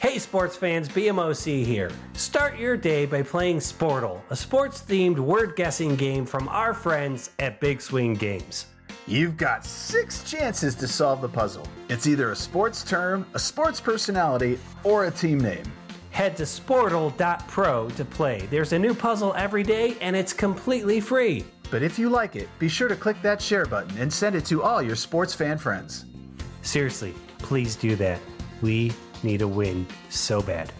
Hey, sports fans, BMOC here. Start your day by playing Sportle, a sports themed word guessing game from our friends at Big Swing Games. You've got six chances to solve the puzzle. It's either a sports term, a sports personality, or a team name. Head to sportle.pro to play. There's a new puzzle every day and it's completely free. But if you like it, be sure to click that share button and send it to all your sports fan friends. Seriously, please do that. We need a win so bad.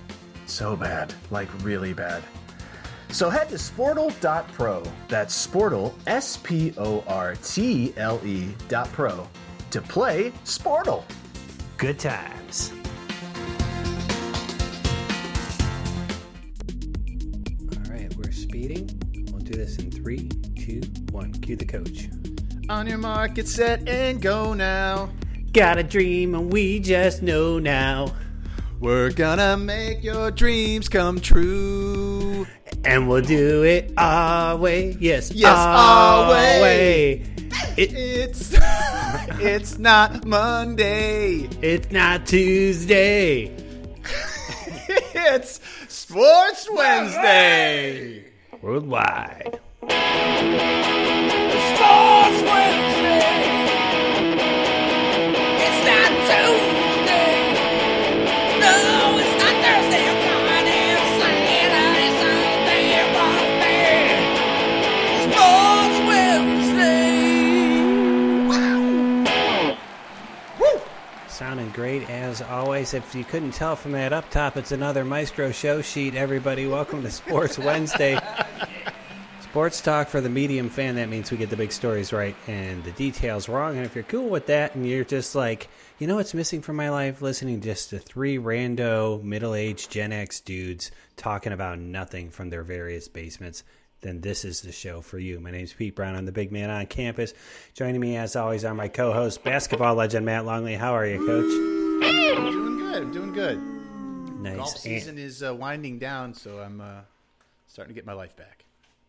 So bad, like really bad. So head to sportle.pro, that's sportle, S P O R T L E dot pro, to play Sportle. Good times. All right, we're speeding. We'll do this in three, two, one. Cue the coach. On your mark, get set, and go now. Got a dream, and we just know now. We're gonna make your dreams come true. And we'll do it our way. Yes, Yes, our way. It, It's it's not Monday. it's not Tuesday. It's Sports Wednesday. Worldwide. Sports Wednesday. It's not Tuesday. No, it's not Thursday. Oh, God, it's Saturday, Sunday, and Monday. Sports Wednesday. Sounding great as always. If you couldn't tell from that up top, it's another Maestro show sheet, everybody. Welcome to Sports Wednesday. Sports talk for the medium fan. That means we get the big stories right and the details wrong. And if you're cool with that and you're just like, you know what's missing from my life? Listening just to three rando middle aged Gen X dudes talking about nothing from their various basements, then this is the show for you. My name's Pete Brown. I'm the big man on campus. Joining me, as always, are my co host, basketball legend Matt Longley. How are you, coach? Doing good. Doing good. Nice. Golf And- season is uh, winding down, so I'm uh, starting to get my life back.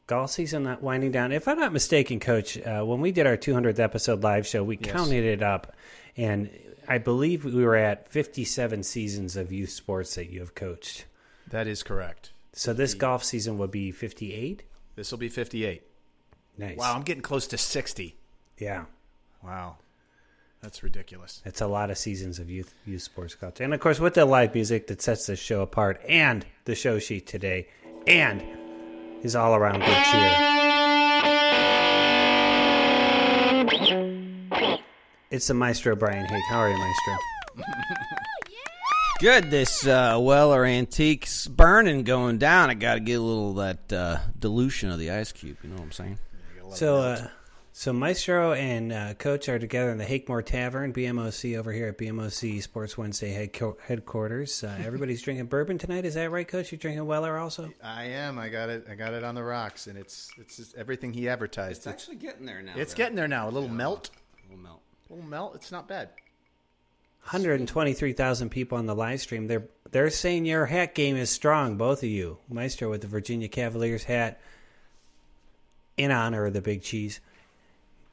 golf season not winding down. If I'm not mistaken, Coach, uh, when we did our 200th episode live show, we counted it up, and I believe we were at 57 seasons of youth sports that you have coached. That is correct. So this golf season would be 58. This will be 58. Nice. Wow, I'm getting close to 60. Yeah, Wow, that's ridiculous. that's a lot of seasons of youth youth sports coach, and of course with the live music that sets this show apart, and the show sheet today, and his all around good cheer. It's the maestro Brian Hake. How are you, maestro? Good. This uh, well or antiques burning going down. I got to get a little of that uh, dilution of the ice cube. You know what I'm saying? So, uh, so Maestro and uh, Coach are together in the Hakemore Tavern, BMOC over here at BMOC Sports Wednesday headco- headquarters. Uh, everybody's drinking bourbon tonight. Is that right, Coach? You're drinking Weller also? I am. I got it. I got it on the rocks, and it's it's just everything he advertised. It's actually getting there now. it's getting there now. A little melt. melt. A little melt. It's not bad. 123,000 people on the live stream. They're they're saying your hat game is strong, both of you. Maestro with the Virginia Cavaliers hat in honor of the Big Cheese.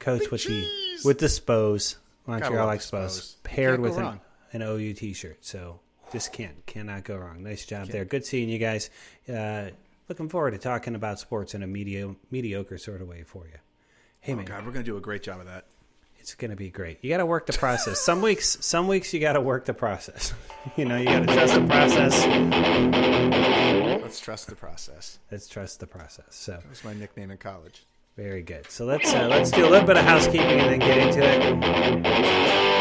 Coach with Cheese! the with the Spos, Gotta Montreal love the Expos, Spos. paired Can't go with an, wrong. an OU T-shirt. So just can't cannot go wrong. Nice job there. Good seeing you guys. Uh, looking forward to talking about sports in a medio, mediocre sort of way for you. Hey man, Oh, God, we're gonna do a great job of that. it's going to be great. You got to work the process. some weeks, some weeks you got to work the process. you know, you got to trust the process. Let's trust the process. Let's trust the process. So That's my nickname in college. very good. So let's uh, let's do a little bit of housekeeping and then get into it.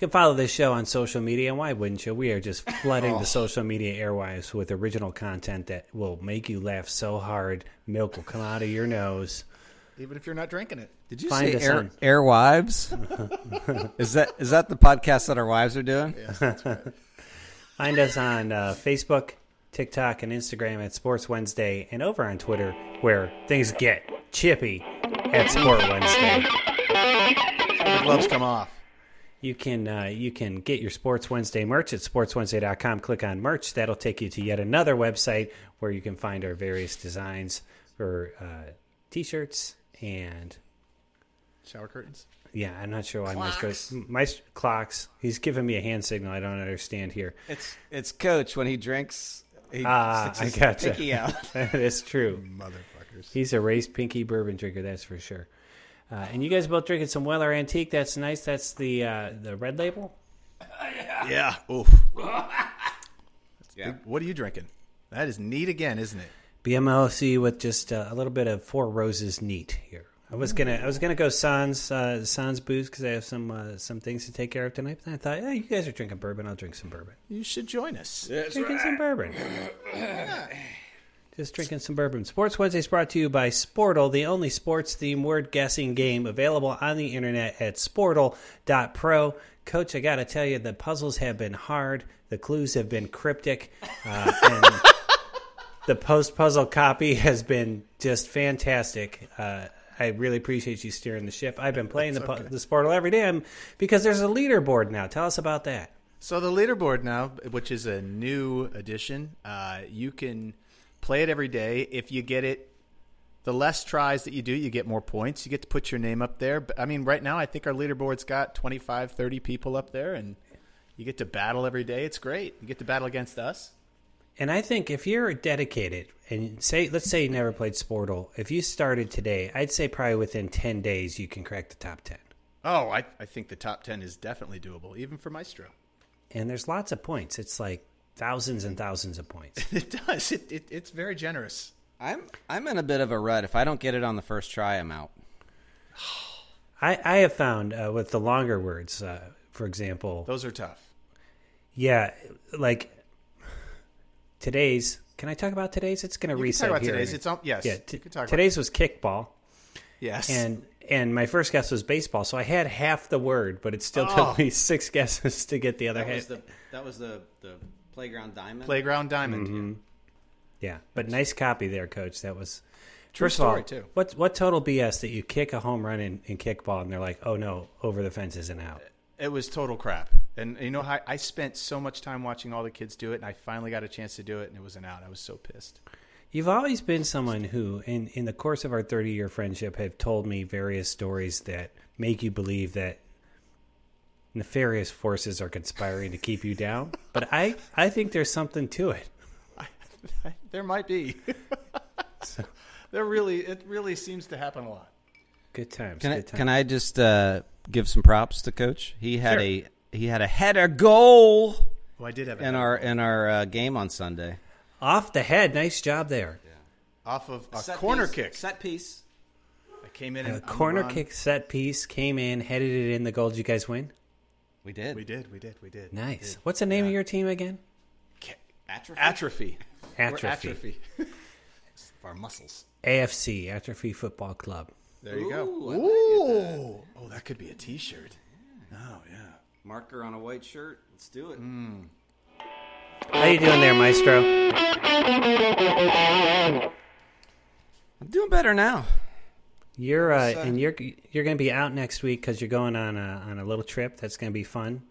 You can follow this show on social media, and why wouldn't you? We are just flooding the social media airwaves with original content that will make you laugh so hard milk will come out of your nose. Even if you're not drinking it. Did you Find say us air, on- airwives? is that is that the podcast that our wives are doing? Find us on uh, Facebook, TikTok, and Instagram at Sports Wednesday, and over on Twitter where things get chippy at Sport Wednesday. The gloves come off. You can uh, you can get your Sports Wednesday merch at sportswednesday.com. Click on merch. That'll take you to yet another website where you can find our various designs for uh, t-shirts and Shower curtains. Yeah, I'm not sure why Maestro. Maestro clocks. He's giving me a hand signal. I don't understand here. It's it's Coach when he drinks. He Ah, sticks I his gotcha. pinky out. that is true. Motherfuckers. He's a race pinky bourbon drinker, that's for sure. Uh, and you guys both drinking some Weller Antique. That's nice. That's the uh, the red label. Yeah. Oof. What are you drinking? That is neat again, isn't it? BMLC with just uh, a little bit of Four Roses neat here. I was gonna I was gonna go Sans uh, Sans booze because I have some uh, some things to take care of tonight. But then I thought, yeah, you guys are drinking bourbon. I'll drink some bourbon. You should join us. drinking some bourbon. Just drinking some bourbon. Sports Wednesday is brought to you by Sportle, the only sports themed word guessing game available on the internet at sportle.pro. Coach, I got to tell you, the puzzles have been hard, the clues have been cryptic, uh, and the post puzzle copy has been just fantastic. Uh, I really appreciate you steering the ship. I've been playing the, pu the Sportle every day um, because there's a leaderboard now. Tell us about that. So the leaderboard now, which is a new addition, uh, you can play it every day. If you get it, the less tries that you do, you get more points. You get to put your name up there. But I mean, right now, I think our leaderboard's got 25, 30 people up there, and you get to battle every day. It's great. You get to battle against us. And I think if you're dedicated and say, let's say you never played Sportle, if you started today, I'd say probably within 10 days you can crack the top 10. Oh, I, I think the top 10 is definitely doable, even for Maestro. And there's lots of points. It's like thousands and thousands of points. It does. It, it, it's very generous. I'm I'm in a bit of a rut. If I don't get it on the first try, I'm out. I, I have found uh, with the longer words, uh, for example, Those are tough. yeah, like today's. Can I talk about today's? It's going to You can reset talk about here in a today's. minute. It's all, yes. yeah, you t- can talk today's was kickball. About, yes. and and my first guess was baseball, so I had half the word, but it still Oh. took me six guesses to get the other That half. was the that was the the playground diamond. Playground Diamond. Mm-hmm. yeah, but nice copy there, coach. That was True first of all, story, too. what what total BS that you kick a home run in, in kickball and they're like, oh no, over the fences and out. It was total crap. And you know, I, I spent so much time watching all the kids do it, and I finally got a chance to do it, and it was an out. I was so pissed. You've always been someone who, in in the course of our thirty year friendship, have told me various stories that make you believe that nefarious forces are conspiring to keep you down. But I I think there's something to it. there might be. there really, it really seems to happen a lot. Good times. Can I, good times. can I just uh, give some props to Coach? He had a he had a header goal Well, Oh, I did have in an our in our uh, game on Sunday. Off the head. Nice job there. off of a corner kick. set piece. I came in A and on the corner run. kick set piece came in, headed it in the goal. Did you guys win? We did. We did, we did, we did. Nice. What's the name of your team again? Ca- Atrophy. Atrophy. We're Atrophy. atrophy. of our muscles. AFC, Atrophy Football Club. There you go. Ooh. Oh, that could be a T-shirt. Oh yeah. Marker on a white shirt. Let's do it. How you doing there, Maestro? I'm doing better now. You're uh, and you're you're going to be out next week because you're going on a on a little trip. That's going to be fun.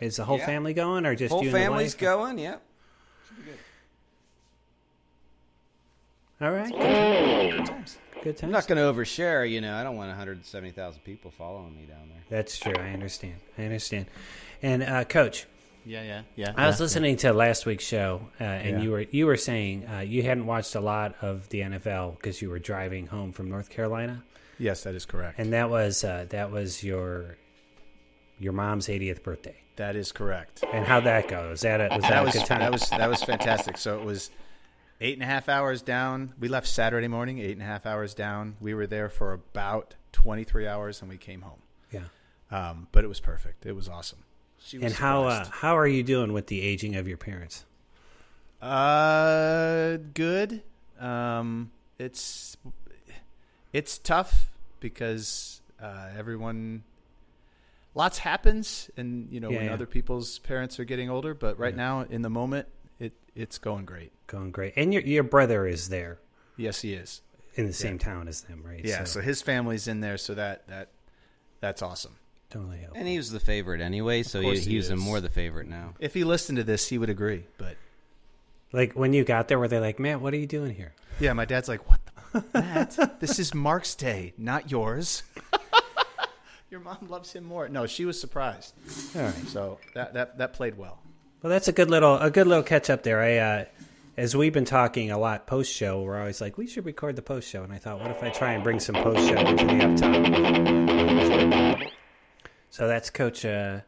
Is the whole Yeah. family going or just Whole you and family's the wife? going. Yep. All right. Good, good I'm times. not going to overshare. You know, I don't want 170,000 people following me down there. That's true. I understand. I understand. And uh, coach, Yeah, yeah, yeah. I was listening to last week's show, uh, and you were you were saying uh, you hadn't watched a lot of the NFL because you were driving home from North Carolina, yes, that is correct. and that was uh, that was your your mom's 80th birthday. that is correct. And how that go? Was that a, was that, that a was good time? that was that was fantastic. So it was eight and a half hours down. We left Saturday morning, eight and a half hours down. We were there for about twenty three hours, and we came home. yeah. Um, but it was perfect. It was awesome. She was And how uh, surprised. how are you doing with the aging of your parents? Uh, good. Um, it's it's tough because uh, everyone lots happens, and you know Yeah, when yeah. other people's parents are getting older. But right now, in the moment, it it's going great. Going great. And your your brother is there Yes, he is. in the same town as them, right? Yeah, so, his family's in there, so that that that's awesome. totally help. And he was the favorite anyway, so he, course he he's even is. more the favorite now. If he listened to this, he would agree. But Like when you got there, were they like, "Man, what are you doing here?" yeah, my dad's like, "What, the, Matt? this is Mark's day, not yours." your mom loves him more. No, she was surprised. All right. So that, that, that played well. Well, that's a good little a good little catch up there. I uh, as we've been talking a lot post show, we're always like we should record the post show, and I thought, what if I try and bring some post show into the up top? So that's Coach uh,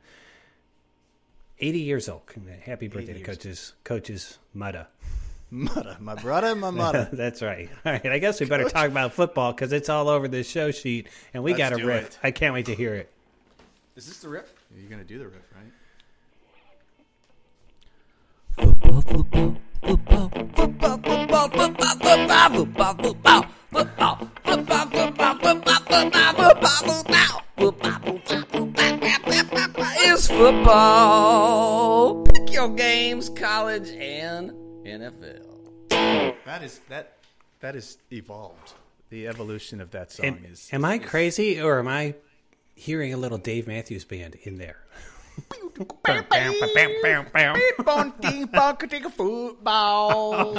eighty years old. Happy birthday to Coaches Coaches Mudda. Mudda, my brother, my mother. that's right. All right, I guess we better talk about football because it's all over this show sheet, and we Let's got a do riff. it. I can't wait to hear it. Is this the riff? You're gonna do the riff, right? It's football. Pick your games, college and NFL. That is that that is evolved. The evolution of that song Am, is. am I crazy or am I hearing a little Dave Matthews Band in there? football,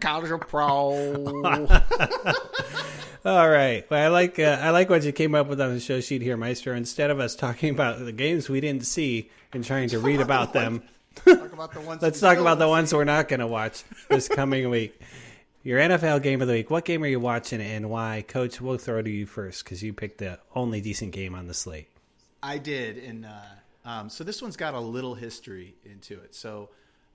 college pro. All right. Well, I like uh, I like what you came up with on the show sheet here, Maestro. Instead of us talking about the games we didn't see and trying to read about them, Talk about the ones let's we talk don't about the see. ones we're not going to watch this coming week. Your NFL game of the week. What game are you watching and why? Coach, we'll throw to you first because you picked the only decent game on the slate. I did, and uh, um, so this one's got a little history into it. So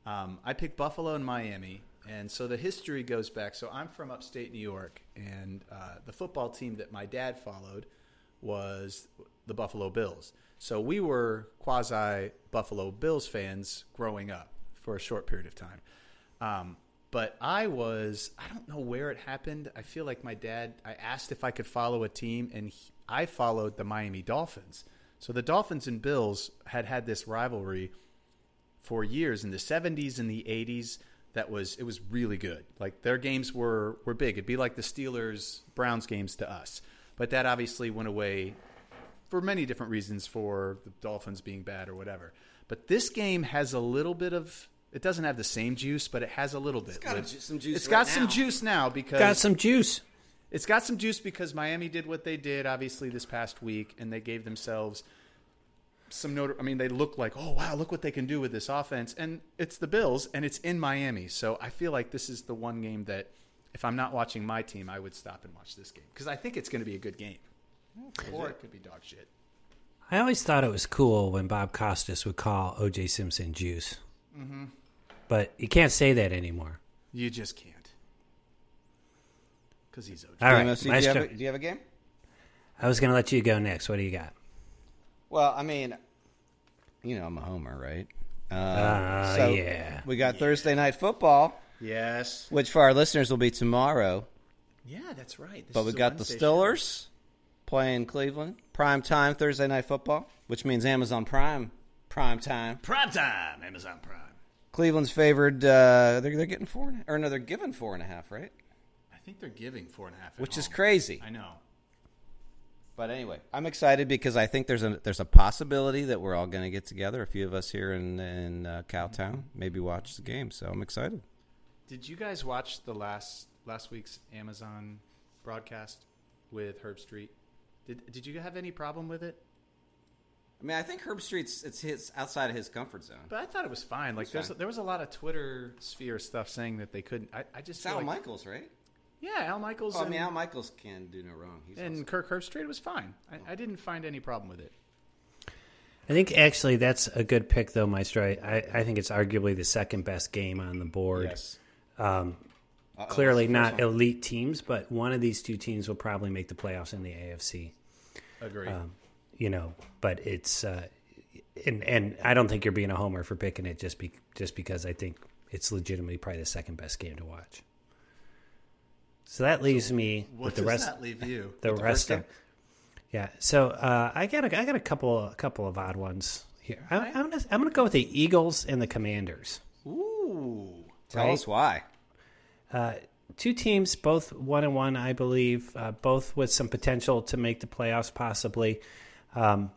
um, I picked Buffalo and Miami, and so the history goes back. So I'm from upstate New York, and uh, the football team that my dad followed was the Buffalo Bills. So we were quasi Buffalo Bills fans growing up for a short period of time. Um, but I was, I don't know where it happened. I feel like my dad, I asked if I could follow a team, and he, I followed the Miami Dolphins. So the Dolphins and Bills had had this rivalry for years in the 70s and the 80s that was it was really good like their games were were big it'd be like the steelers browns games to us but that obviously went away for many different reasons for the dolphins being bad or whatever but this game has a little bit of it doesn't have the same juice but it has a little bit got a ju- some juice it's right got some now. juice now because Got some juice. it's got some juice because Miami did what they did, obviously, this past week, and they gave themselves some note. I mean, they look like, oh, wow, look what they can do with this offense. And it's the Bills, and it's in Miami. So I feel like this is the one game that, if I'm not watching my team, I would stop and watch this game because I think it's going to be a good game. Or it could be dog shit. I always thought it was cool when Bob Costas would call O.J. Simpson juice, but you can't say that anymore. You just can't. Because he's OG. All right, MFC, do, you have Maestro, a, do you have a game? I was going to let you go next. What do you got? Well, I mean, you know, I'm a homer, right? Uh, Uh, so yeah. We got Thursday night football, Yes. which for our listeners will be tomorrow. Yeah, that's right. This But is we a got the Wednesday Steelers playing Cleveland. Prime time Thursday night football, which means Amazon Prime. Prime time. show. Prime time, Amazon Prime. Cleveland's favored. Uh, they're they're getting four and or no, they're given four and a half, right? I think they're giving four and a half. at Which is home. crazy. I know. But anyway, I'm excited because I think there's a there's a possibility that we're all going to get together. A few of us here in in uh, Cowtown, maybe watch the game. So I'm excited. Did you guys watch the last last week's Amazon broadcast with Herb Street? Did Did you have any problem with it? I mean, I think Herb Street's it's his outside of his comfort zone. But I thought it was fine. Like It's there's fine. there was a lot of Twitter sphere stuff saying that they couldn't. I, I just It's feel Al like, Michaels, right? Yeah, Al Michaels Well, I and, mean, Al Michaels can do no wrong. He's and Kirk Herb Street was fine. I, I didn't find any problem with it. I think actually that's a good pick, though, Maestro. I, I think it's arguably the second best game on the board. also- Clearly Uh-oh, not first one. elite teams, but one of these two teams will probably make the playoffs in the AFC. Agree. You know, but it's uh, and and I don't think you're being a homer for picking it just be just because I think it's legitimately probably the second best game to watch. So that leaves me what with does the rest. that leave you? the the rest first of game? yeah so uh, i got a, i got a couple a couple of odd ones here I, i'm gonna i'm gonna go with the eagles and the commanders Ooh. Tell us why. two teams both one and one i believe uh, both with some potential to make the playoffs possibly um,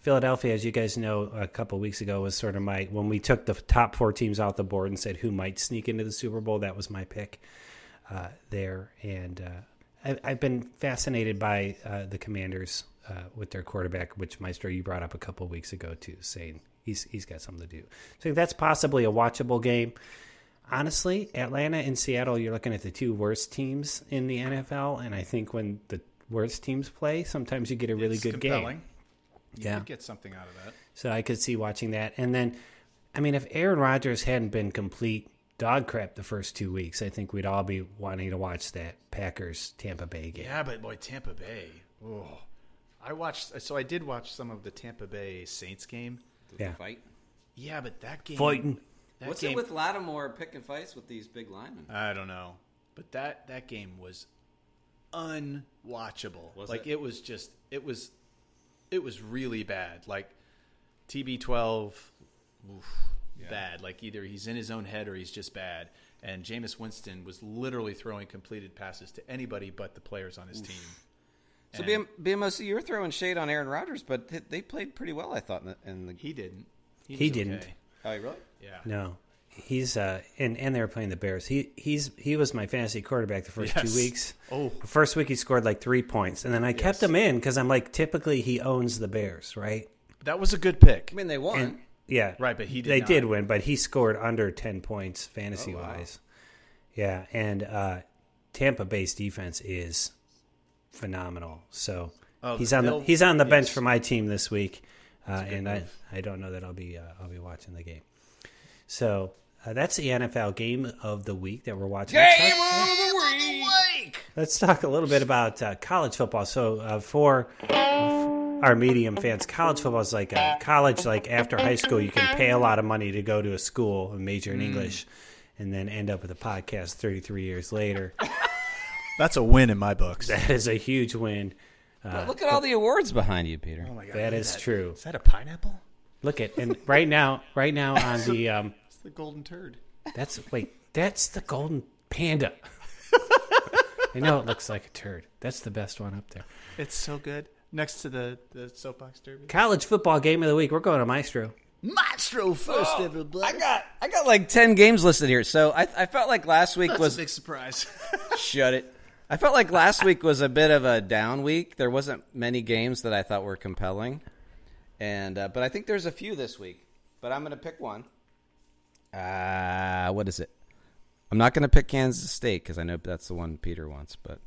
philadelphia as you guys know a couple weeks ago was sort of my when we took the top four teams off the board and said who might sneak into the super bowl that was my pick uh, there and uh, I, I've been fascinated by uh, the Commanders uh, with their quarterback, which Maestro you brought up a couple weeks ago too, saying he's he's got something to do. So that's possibly a watchable game. Honestly, Atlanta and Seattle, you're looking at the two worst teams in the NFL, and I think when the worst teams play, sometimes you get a really It's good compelling. game. You Yeah. could get something out of that. So I could see watching that. And then, I mean, if Aaron Rodgers hadn't been complete dog crap the first two weeks, I think we'd all be wanting to watch that Packers Tampa Bay game. Yeah, but boy, Tampa Bay. Oh, I watched. So I did watch some of the Tampa Bay Saints game. Yeah. Fight. Yeah, but that game. Fighting. That What's game, Uh, it with Lattimore picking fights with these big linemen? I don't know, but that that game was unwatchable. Was like it? it? was just it was it was really bad. Like TB12 oof, bad. Like either he's in his own head or he's just bad. And Jameis Winston was literally throwing completed passes to anybody but the players on his team. So BM, BMOC, you were throwing shade on Aaron Rodgers, but th- they played pretty well, I thought. In the, in the... He didn't. He was didn't. okay. Oh, really? Yeah. No. He's uh and and they were playing the Bears. He he's he was my fantasy quarterback the first Yes. two weeks. Oh. The first week he scored like three points, and then I kept him in because I'm like typically he owns the Bears, right? That was a good pick. I mean, they won. Yeah, Right, but he did they not. Oh, did win, but he scored under ten points fantasy wise. Yeah, and uh, Tampa Bay's defense is phenomenal. So he's on the they'll- he's on the bench Oh, yes. for my team this week, uh, and I I don't know that I'll be uh, I'll be watching the game. So uh, that's the NFL game of the week that we're watching. Let's talk- Let's talk a little bit about uh, college football. So uh, for our medium fans, college football is like a college. Like after high school, you can pay a lot of money to go to a school and major in English, and then end up with a podcast thirty three years later. That's a win in my books. That is a huge win. But look at all the awards behind you, Peter. my god. That is true. Is that a pineapple? Look at and right now, right now on the um, It's the golden turd. that's wait, that's the golden panda. I know it looks like a turd. That's the best one up there. It's so good. Next to the, the soapbox derby. College football game of the week. We're going to Maestro. Maestro first, everybody. I got I got like ten games listed here, so I, I felt like last week was surprise. shut it. I felt like last week was a bit of a down week. There wasn't many games that I thought were compelling, and uh, but I think there's a few this week. But I'm going to pick one. Uh, what is it? I'm not going to pick Kansas State because I know that's the one Peter wants. But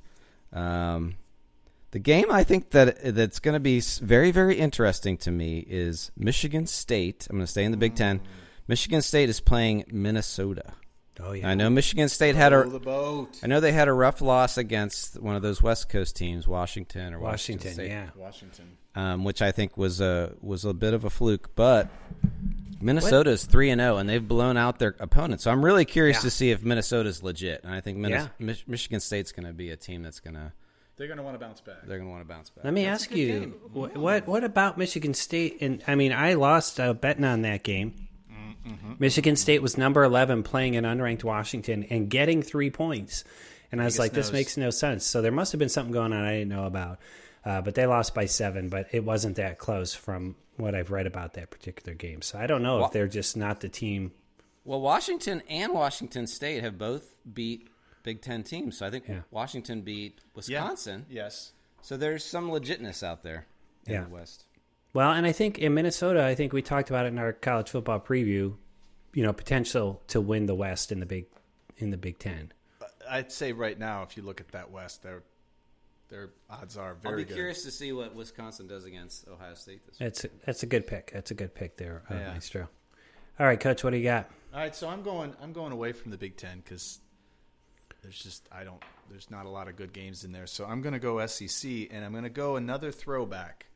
um, the game I think that that's going to be s- very very interesting to me is Michigan State. I'm going to stay in the Big Ten. Michigan State is playing Minnesota. Oh yeah, I know Michigan State had a boat. I know they had a rough loss against one of those West Coast teams, Washington or Washington, Washington. State, yeah. Washington. um, which I think was a was a bit of a fluke. But Minnesota's three and zero, and they've blown out their opponents. So I'm really curious to see if Minnesota's legit. And I think Minnes- Yeah. Mich- Michigan State's going to be a team that's going to They're going to want to bounce back. they're going to want to bounce back. Let me ask you, wh- what what about Michigan State? And I mean, I lost uh, betting on that game. Michigan State was number eleven, playing an unranked Washington and getting three points. And I was like, this makes no sense. So there must have been something going on I didn't know about. Uh, but they lost by seven, but it wasn't that close from what I've read about that particular game. So I don't know if they're just not the team. Well, Washington and Washington State have both beat Big Ten teams, so I think Washington beat Wisconsin. Yes. So there's some legitness out there in Yeah. the West. Well, and I think in Minnesota, I think we talked about it in our college football preview. You know, potential to win the West in the big in the Big Ten. I'd say right now, if you look at that West, their their odds are very I'll be good. curious to see what Wisconsin does against Ohio State this week. That's that's a good pick. That's a good pick there, uh, Maestro. All right, Coach, what do you got? All right, so I'm going. I'm going away from the Big Ten because there's just I don't. There's not a lot of good games in there. So I'm going to go SEC, and I'm going to go another throwback.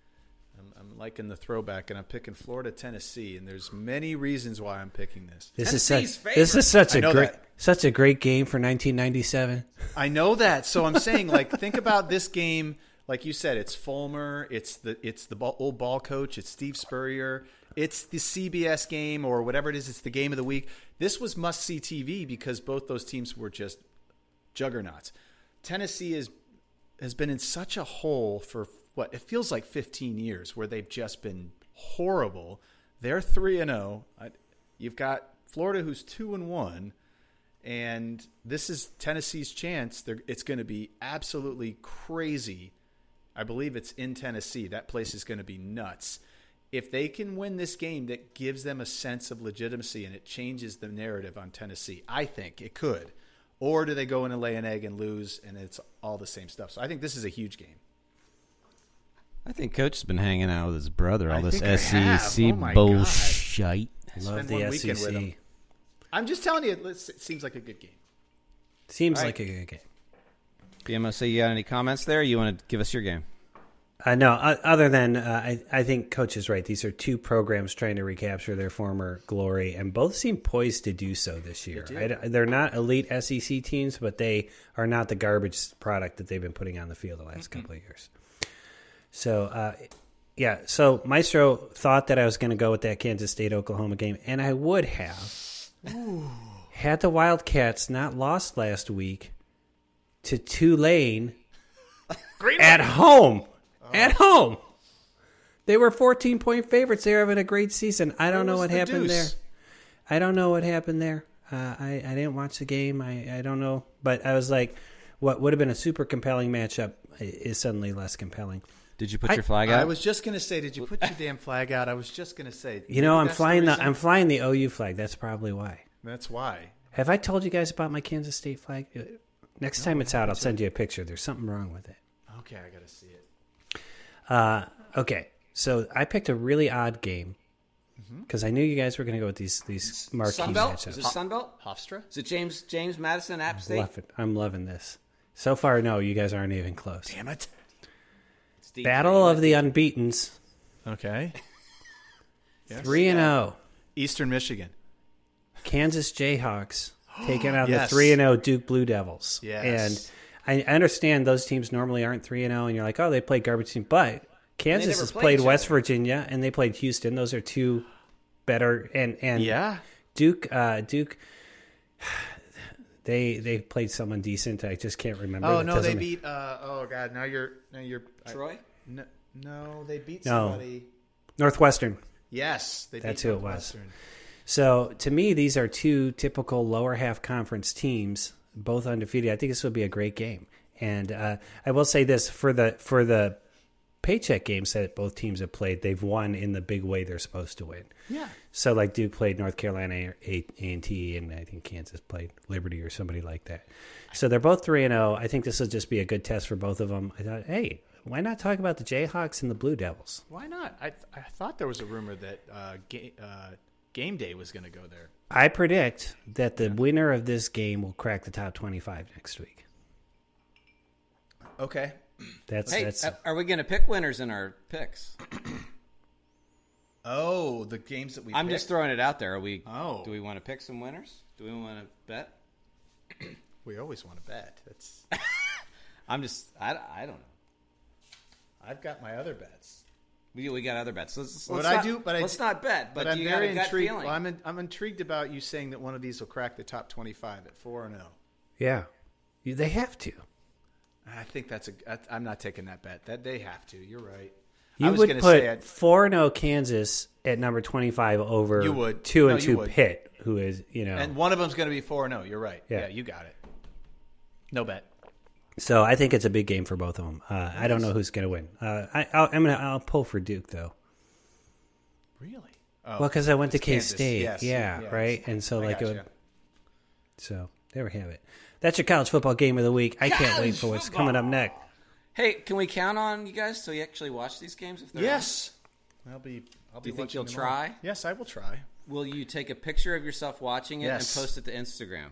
I'm, I'm liking the throwback, and I'm picking Florida, Tennessee. And there's many reasons why I'm picking this. This is Tennessee's such this is such I a know great that. such a great game for 1997. I know that. So I'm saying, like, think about this game. Like you said, it's Fulmer. It's the it's the ball, old ball coach. It's Steve Spurrier. It's the CBS game or whatever it is. It's the game of the week. This was must see TV because both those teams were just juggernauts. Tennessee is has been in such a hole for what it feels like 15 years, where they've just been oh. horrible. They're three and zero. You've got Florida, who's two and one And this is Tennessee's chance. They're, it's going to be absolutely crazy. I believe it's in Tennessee. That place is going to be nuts. If they can win this game, that gives them a sense of legitimacy and it changes the narrative on Tennessee. I think it could. Or do they go in and lay an egg and lose and it's all the same stuff? So I think this is a huge game. I think Coach has been hanging out with his brother all I this think I have. SEC Oh my God. bullshit. Love Spend one the E weekend with SEC. them. I'm just telling you, it looks- it seems like a good game. Seems All like right. a good game. BMOC, you got any comments there? You want to give us your game? I know. o- Other than uh, I, I think Coach is right. These are two programs trying to recapture their former glory, and both seem poised to do so this year. I d- they're not elite SEC teams, but they are not the garbage product that they've been putting on the field the last couple of years. So, uh, yeah. So Maestro thought that I was going to go with that Kansas State Oklahoma game, and I would have had the Wildcats not lost last week to Tulane at home. Oh. At home. They were 14 point favorites. They're having a great season. I don't know was what the happened deuce? there. I don't know what happened there. Uh, I, I didn't watch the game. I, I don't know. But I was like, what would have been a super compelling matchup i- is suddenly less compelling. Did you put your flag out? I was just gonna say, did you put your damn flag out? I was just gonna say, You know, I'm that's flying the, reason- I'm flying the OU flag. That's probably why. That's why. Have I told you guys about my Kansas State flag? Uh, Next time it's out, I'll send you a picture. There's something wrong with it. Okay, I gotta see it. Uh, okay, so I picked a really odd game because I knew you guys were going to go with these these marquee Sunbelt? Is matchups. it Sunbelt? Hofstra. Is it James James Madison App State? Love it. I'm loving this. So far, no, you guys aren't even close. Damn it. It's deep. Battle of the Unbeaten's, Okay. three and oh. zero. Eastern Michigan. Kansas Jayhawks taking on Yes. the three and zero Duke Blue Devils. Yes. And I I understand those teams normally aren't three and zero, and you're like, oh, they play garbage team. But Kansas never has play played each West Virginia and they played Houston. Those are two better and and Yeah. Duke uh, Duke. They they played someone decent. I just can't remember. Oh It no, doesn't they ma- beat. Uh, oh god, now you're now you're I- Troy? no, no, they beat No. somebody. Northwestern. Yes, they That's beat who it was. Northwestern. So to me, these are two typical lower half conference teams, both undefeated. I think this would be a great game, and uh, I will say this for the for the paycheck games that both teams have played, they've won in the big way they're supposed to win. Yeah. So like Duke played North Carolina A and T, and I think Kansas played Liberty or somebody like that. So they're both three and zero. I think this will just be a good test for both of them. I thought, hey, why not talk about the Jayhawks and the Blue Devils? Why not? I I thought there was a rumor that uh, ga- uh, game day was gonna go there. I predict that the winner of this game will crack the top twenty-five next week. Okay. That's Hey, uh, that's uh, are we going to pick winners in our picks? Oh, the games that we. I'm just picked? throwing it out there. Are we? Oh. Do we want to pick some winners? Do we want to bet? We always want to bet. That's. I'm just. I, I don't know. I've got my other bets. We, we got other bets. Let's, let's What not, I do, but I let's not bet. But, I'm you very got a gut intrigued. feeling. Well, I'm, in, I'm intrigued about you saying that one of these will crack the top 25 at four and oh. zero. yeah. You- They have to. I think that's a. I- I'm not taking that bet. That they have to. You're right. I You was would gonna say put it. four and zero Kansas at number twenty-five over You would. two and No, you two would. Pitt, who is you know. and one of them's going to be four and zero. You're right. Yeah. Yeah. you got it. No bet. so I think it's a big game for both of them. Uh, I don't know who's going to win. Uh, I, I'll, I'm gonna I'll pull for Duke though. Really? well, because I went to it's K Kansas. State, Yes. yeah, Yes. right. And so like uh, it would, Oh, gotcha. so there we have it. That's your college football game of the week. I can't wait for what's coming up next. hey, can we count on you guys to actually watch these games? If they're Yes. I'll be. I'll be you think watching you'll them all. try? Yes, I will try. on? will you take a picture of yourself watching it Yes. and post it to Instagram?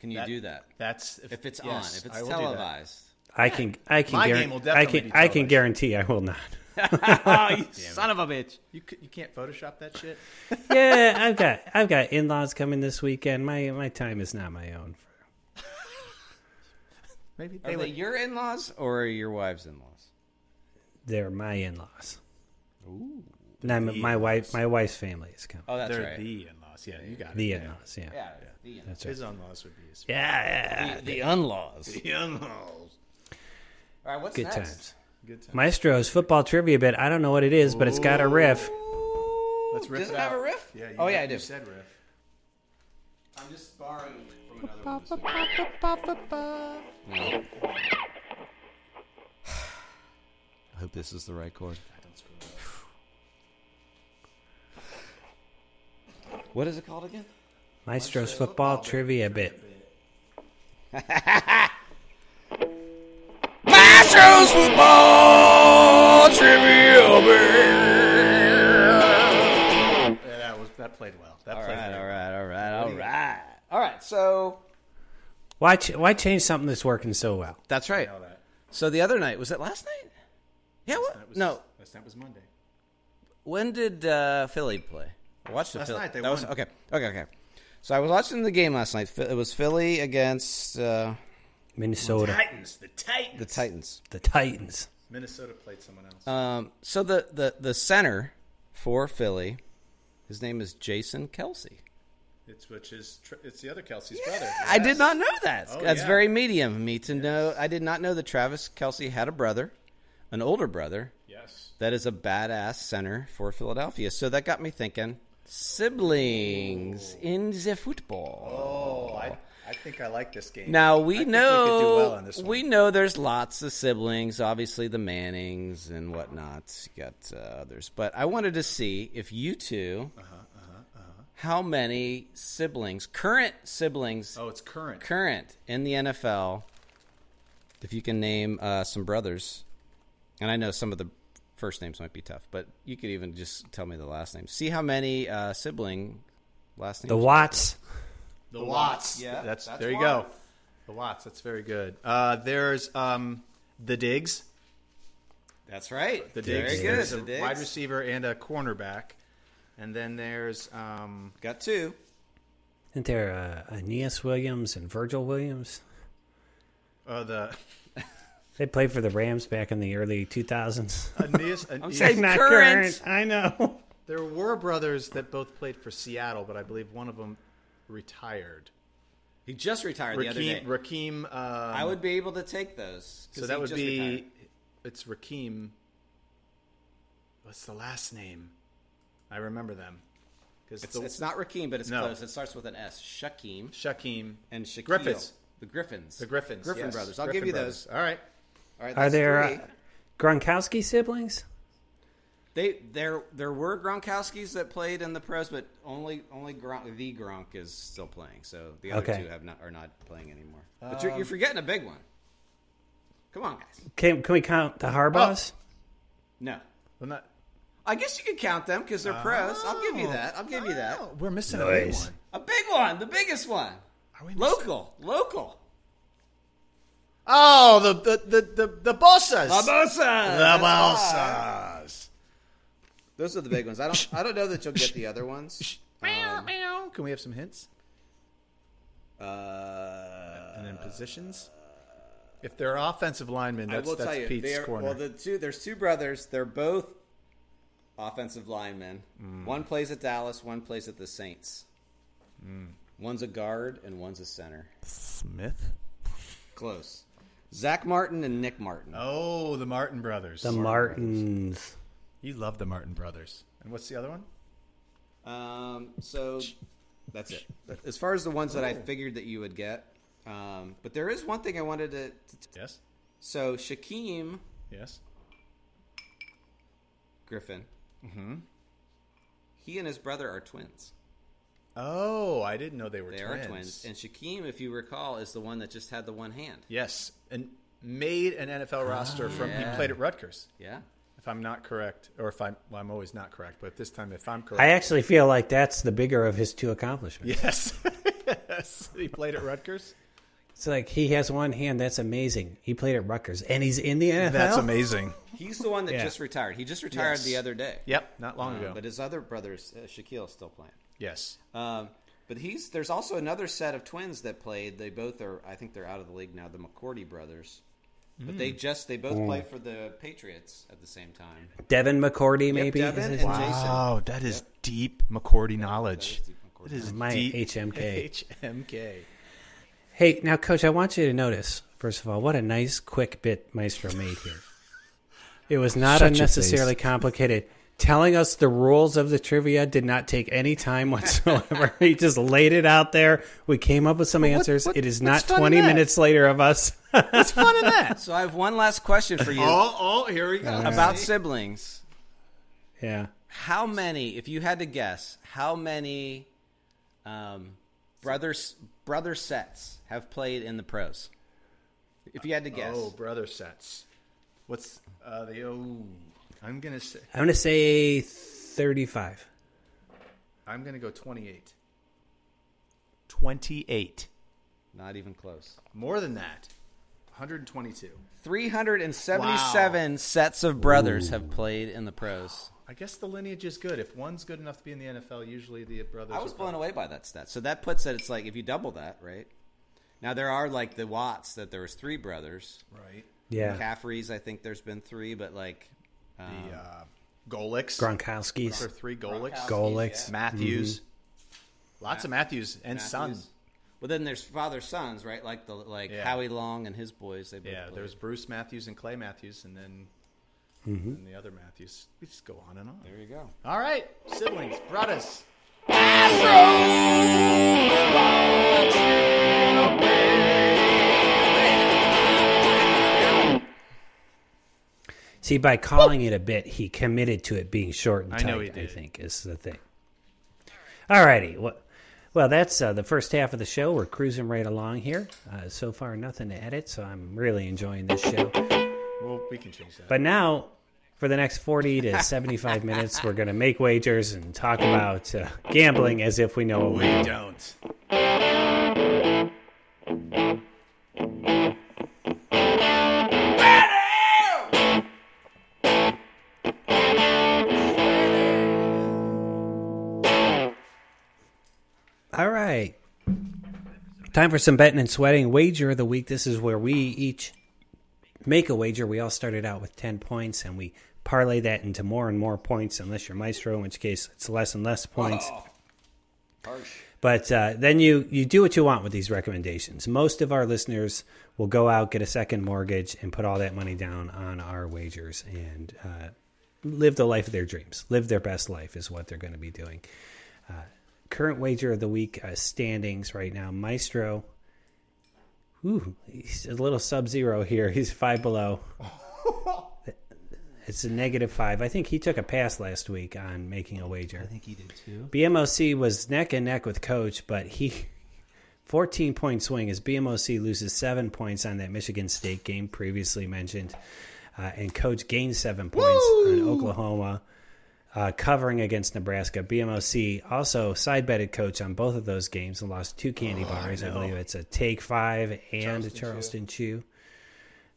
Can you That- do that? That's If it's yes, on, if I will it's do that. televised. I can I can My guaran- game will I definitely can be I can televised. guarantee I will not. oh, Ah, you son of a bitch! You c- you can't Photoshop that shit. yeah, I've got I've got in laws coming this weekend. My my time is not my own. Maybe Are they they would. your in-laws or are your wife's in-laws? They're my in laws. Ooh. And I'm, my wife my wife's family is coming. Oh, that's They're right. the in-laws. Yeah, you got it. the in laws, yeah. yeah, the in-laws. That's right. His in-laws would be his. Yeah. The, the unlaws. The in-laws. All right, what's Good next? times. Good time. Maestro's football trivia bit. I don't know what it is, but it's got a riff. Let's riff Does it it have out. a riff? Yeah. You Oh, yeah, I you do. said riff. I'm just borrowing from I hope this is the right chord. What is it called again? Maestro's football trivia bit. Maestros football trivia. bit. Yeah, that was that played well. That All played right, well. all right, all right, all right, all right. So Why ch- why change something that's working so well? that's right. that. So the other night was it last night? Yeah. What? no. Last night was Monday. When did uh, Philly play? I watched the Last Philly. night they that was won. okay. Okay. Okay. So I was watching the game last night. Phi- It was Philly against uh, Minnesota, Titans, the Titans. the Titans. the Titans. Minnesota played someone else. Um, so the, the the center for Philly, his name is Jason Kelsey. it's which is tr- it's the other Kelsey's brother. I did not know that. Oh, That's yeah. very medium of me to know. I did not know that Travis Kelsey had a brother, an older brother Yes. that is a badass center for Philadelphia. So that got me thinking. Siblings in the football. Oh, I, I think I like this game. Now I we think know we could do well on this one. we know there's lots of siblings, obviously the Mannings and whatnot. You got uh, others, but I wanted to see if you 2 Uh-huh, how many siblings, current siblings, oh, it's current. current in the NFL, if you can name uh, some brothers, and I know some of the first names might be tough, but you could even just tell me the last name. See how many uh, sibling last names. The Watts. the Watts. Yeah, that's, there. You go. The Watts. That's very good. Uh, there's um, the Diggs. That's right. The Diggs. Very good. There's The a Diggs. wide receiver and a cornerback. And then there's um, Got two. Isn't there uh, Aeneas Williams and Virgil Williams? uh, the They played for the Rams back in the early 2000s. Aeneas. Aeneas- saying not current. I know. There were brothers that both played for Seattle, but I believe one of them retired. He just retired the other day. Rakeem. Rakeem. Um, I would be able to take those. 'cause So that he would just be. retired. It's Rakeem. What's the last name? I remember them. Because It's, it's not Rakeem, but it's No. close. It starts with an S. Shaquem Shaquem and Shaquille. Griffiths. The Griffins. The Griffins. Griffin yes. brothers. I'll Griffin give you brothers. those. All right. All right, Are that's there three. uh, Gronkowski siblings? They there there were Gronkowskis that played in the pros, but only only Gronk, the Gronk is still playing. So the other Okay. two have not are not playing anymore. But Um, you're, you're forgetting a big one. Come on, guys. Can can we count the Harbaughs? Oh, No, Well, not, I guess you could count them because they're pros. I'll give you that. I'll give you that. oh, we're missing a big Nice. one. A big one, the biggest one. Are we missing- Local, local. Oh, the the the the, the Bolsas. The Babosa. Bolsas. Those are the big ones. I don't I don't know that you'll get the other ones. Meow, meow. Can we have some hints? Uh, And then positions. If they're offensive linemen, I that's, will that's tell you, Pete's they are, corner. well, the two there's two brothers. They're both offensive linemen. Mm. One plays at Dallas. One plays at the Saints. Mm. One's a guard and one's a center. Smith. Close. Zach Martin and Nick Martin. Oh, the Martin brothers. The Martins. you love the Martin brothers. And what's the other one? Um, so that's it. As far as the ones that I Oh. figured that you would get, um, but there is one thing I wanted to. to Yes. so Shaquem Yes. Griffin. Mm-hmm. He and his brother are twins. Oh, I didn't know they were They twins. are twins. And Shaquem, if you recall, is the one that just had the one hand. yes, and made an NFL roster from he played at Rutgers. Yeah. If I'm not correct, or if I'm well, I'm always not correct, but this time if I'm correct, I actually feel like that's the bigger of his two accomplishments. yes, yes, he played at Rutgers. It's like he has one hand. That's amazing. He played at Rutgers, and he's in the NFL. That's amazing. He's the one that Yeah. just retired. He just retired Yes. the other day. Yep, not long Uh, ago. but his other brothers, uh, Shaquille, is still playing. yes, Um, but he's there's also another set of twins that played. They both are. I think they're out of the league now. The McCourty brothers. But they just they both played for the Patriots at the same time. Devin McCourty, maybe. Devin is and his- Jason. Wow, Oh, that is deep McCordy knowledge. deep McCourty. That is My deep HMK. HMK. Hey, now, Coach, I want you to notice, first of all, what a nice, quick bit Maestro made here. It was not Shut your unnecessarily complicated. telling us the rules of the trivia did not take any time whatsoever. he just laid it out there. We came up with some what- answers. what- it is what's not fun in 20 that? minutes later of us. What's fun in that? So I have one last question for you Oh, oh, here we go. about siblings. yeah. How many, if you had to guess, how many um, brothers brother sets have played in the pros? If you had to guess, Oh, brother sets. What's uh, the oh? I'm gonna say I'm going to say 35. I'm gonna go 28. 28. not even close. More than that. 122. 377 sets of brothers have played in the pros. I guess the lineage is good. If one's good enough to be in the NFL, usually the brothers. I was are blown away by that stat. So that puts that it's like if you double that, right? Now there are like the Watts that there was three brothers. right. Yeah. McCaffrey's, I think there's been three, but like The uh, Golics. Those Gronkowski's. are three Golics. Golics. Mm-hmm. Matthews. Lots of Matthews and Son. Matthews. Well, then there's father sons, right? Like the like Yeah. Howie Long and his boys. They both Yeah, played. there was Bruce Matthews and Clay Matthews, and then and the other Matthews. We just go on and on. There you go. All right, siblings, brothers. See, by calling it a bit, he committed to it being short and I tight. I, know he did. think is the thing. All righty. Well, well, that's uh, the first half of the show. We're cruising right along here. Uh, so far, nothing to edit, so I'm really enjoying this show. Well, we can change that. But now, for the next 40 to 75 minutes, we're going to make wagers and talk about uh, gambling as if we know what we we don't. All right. Time for some betting and sweating. Wager of the week. This is where we each make a wager. We all started out with 10 points and we parlay that into more and more points, unless you're maestro, in which case it's less and less points. But uh, then you, you do what you want with these recommendations. Most of our listeners will go out, get a second mortgage, and put all that money down on our wagers and uh, live the life of their dreams. Live their best life is what they're going to be doing current wager of the week uh, standings right now. Maestro, ooh, he's a little sub zero here. He's five below. it's a negative five. I think he took a pass last week on making a wager. I think he did too. BMOC was neck and neck with Coach, but he. 14 point swing as BMOC loses seven points on that Michigan State game previously mentioned. Uh, and Coach gains seven points on Oklahoma uh, covering against Nebraska. BMOC also side betted coach on both of those games and lost two candy bars. Oh, I, believe it's a take five and a Charleston Chew.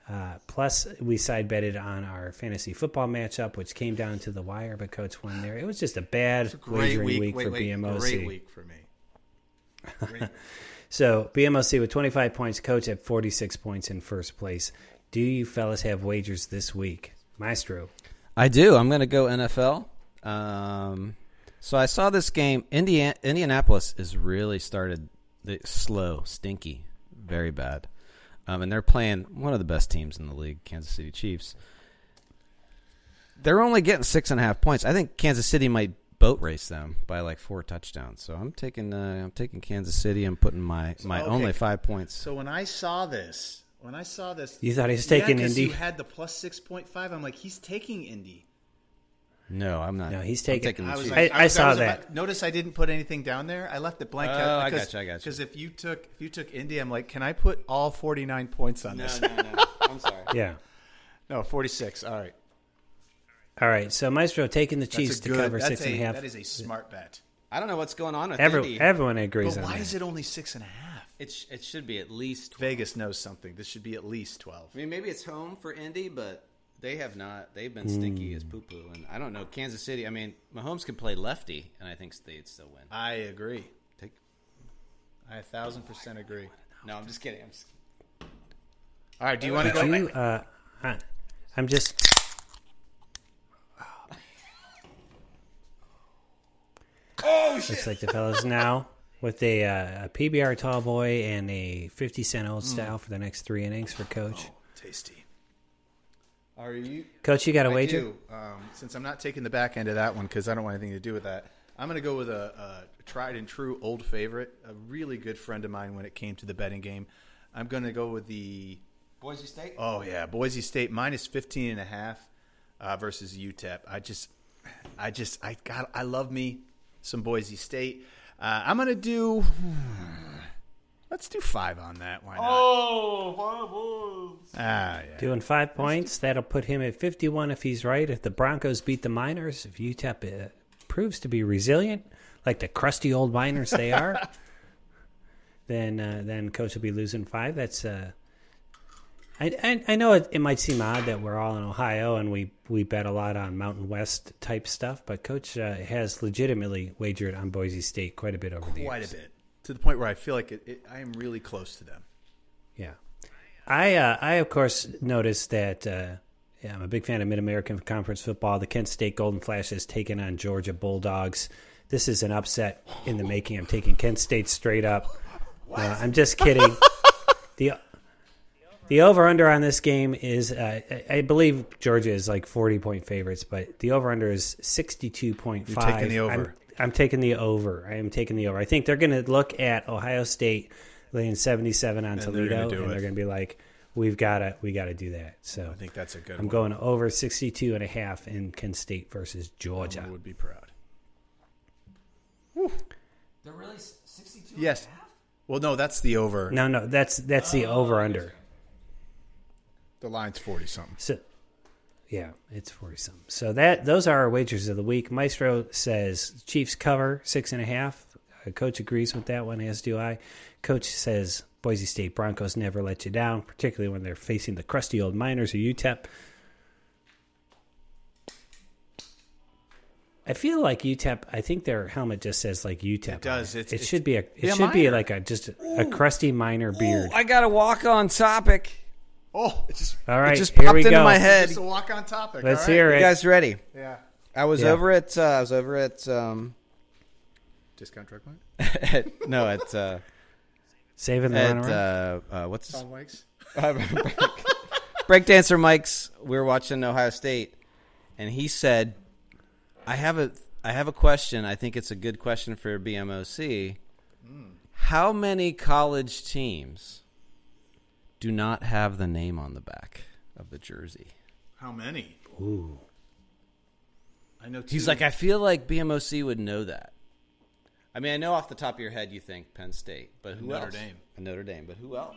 Uh, plus, we side betted on our fantasy football matchup, which came down to the wire, but coach won there. It was just a bad Great wagering week. week, wait, for wait. BMOC. Great week for me. So BMOC with 25 points, coach at 46 points in first place. Do you fellas have wagers this week? Maestro. I do. I'm going to go NFL. Um, so I saw this game. Indiana, Indianapolis is really started the, slow, stinky, very bad. Um, and they're playing one of the best teams in the league, Kansas City Chiefs. They're only getting six and a half points. I think Kansas City might boat race them by like four touchdowns. So I'm taking uh, I'm taking Kansas City. I'm putting my my okay. only five points. So when I saw this, when I saw this, You thought he was Yeah, taking 'cause Indy. You had the plus six point five. I'm like, he's taking Indy. no, I'm not. No, he's I'm taking- the I was Chiefs. like, I- I saw was that. about- notice I didn't put anything down there. I left it blank. Oh, I gotcha, I gotcha. Because if you took if you took Indy, I'm like, can I put all 49 points on this? no, no, no. I'm sorry. Yeah. No, 46. All right. All right. So Maestro taking the Chiefs to cover that's six and a half. That is a smart bet. I don't know what's going on with Every, Indy. everyone But agrees on why that. is it only six and a half? It, sh- it should be at least. Vegas knows something. This should be at least 12. I mean, maybe it's home for Indy, but they have not. They've been stinky Hmm. as poo poo, and I don't know Kansas City. I mean, Mahomes can play lefty, and I think they'd still win. I agree. Take, I a thousand percent agree. no, I'm just kidding. I'm just, All right. Do you want to go? Do you, uh, I- I'm just. Oh shit! Looks like the fellas now with a, uh, a PBR tall boy Mm. and a 50 cent old style for the next three innings for coach. Tasty. Are you? Coach, you got a I wager? do. Um, since I'm not taking the back end of that one because I don't want anything to do with that. I'm going to go with a, a tried and true old favorite, a really good friend of mine when it came to the betting game. I'm going to go with the Boise State. Oh yeah, Boise State minus 15 and a half uh, versus UTEP. I just I just I got I love me some Boise State. Uh, I'm going to do hmm, Let's do 5 on that. Why not? Oh, Ah, yeah. Doing five points. That'll put him at 51 if he's right. If the Broncos beat the Miners, if UTEP uh, proves to be resilient, like the crusty old Miners they are, then uh, then coach will be losing five. That's uh, I, I I know it, it might seem odd that we're all in Ohio and we we bet a lot on Mountain West type stuff, but coach uh, has legitimately wagered on Boise State quite a bit over the years. Quite a bit. To the point where I feel like it, it, I am really close to them. Yeah, I uh, I of course noticed that. Uh, yeah, I'm a big fan of Mid American Conference football. The Kent State Golden Flash has taken on Georgia Bulldogs. This is an upset in the making. I'm taking Kent State straight up. Uh, I'm just kidding. the The over under on this game is, uh, I- I believe Georgia is like 40 point favorites, but the over under is 62.5. You're taking the over. I'm, I'm taking the over. I am taking the over. I think they're going to look at Ohio State laying 77 on they're gonna Toledo, do and it. they're going to be like, we've got to, we got to do that. So I think that's a good I'm one. going over 62 and a half in Kent State versus Georgia. I would be proud. They're really 62. Yes. Well, no, that's the over. No, no, that's that's the Oh, over under. The line's 40 something. So, yeah, it's forty something. So that those are our wagers of the week. Maestro says Chiefs cover six and a half. Uh, Coach agrees with that one, as do I. Coach says Boise State Broncos never let you down, particularly when they're facing the crusty old Miners or UTEP. I feel like UTEP. I think their helmet just says like UTEP. on It does. It's- it it's- should be a. It Yeah, should be minor. like a just a, a crusty minor beard. I got to walk on topic. Oh, it's just, All right, it just here popped we into go. my head. just a walk on topic. Let's all right? hear You it. guys ready? Yeah. I was Yeah. over at uh, I was over at um Discount drug mart? at, no at uh, Saving the at runaround. uh, uh, what's his Tom Wakes? breakdancer Mike's. We were watching Ohio State, and he said, "I have a I have a question. I think it's a good question for BMOC. How many college teams do not have the name on the back of the jersey?" How many? Ooh. I know. Two. He's like, "I feel like BMOC would know that." I mean, I know off the top of your head you think Penn State, but who Notre else? Dame. Notre Dame, but who else?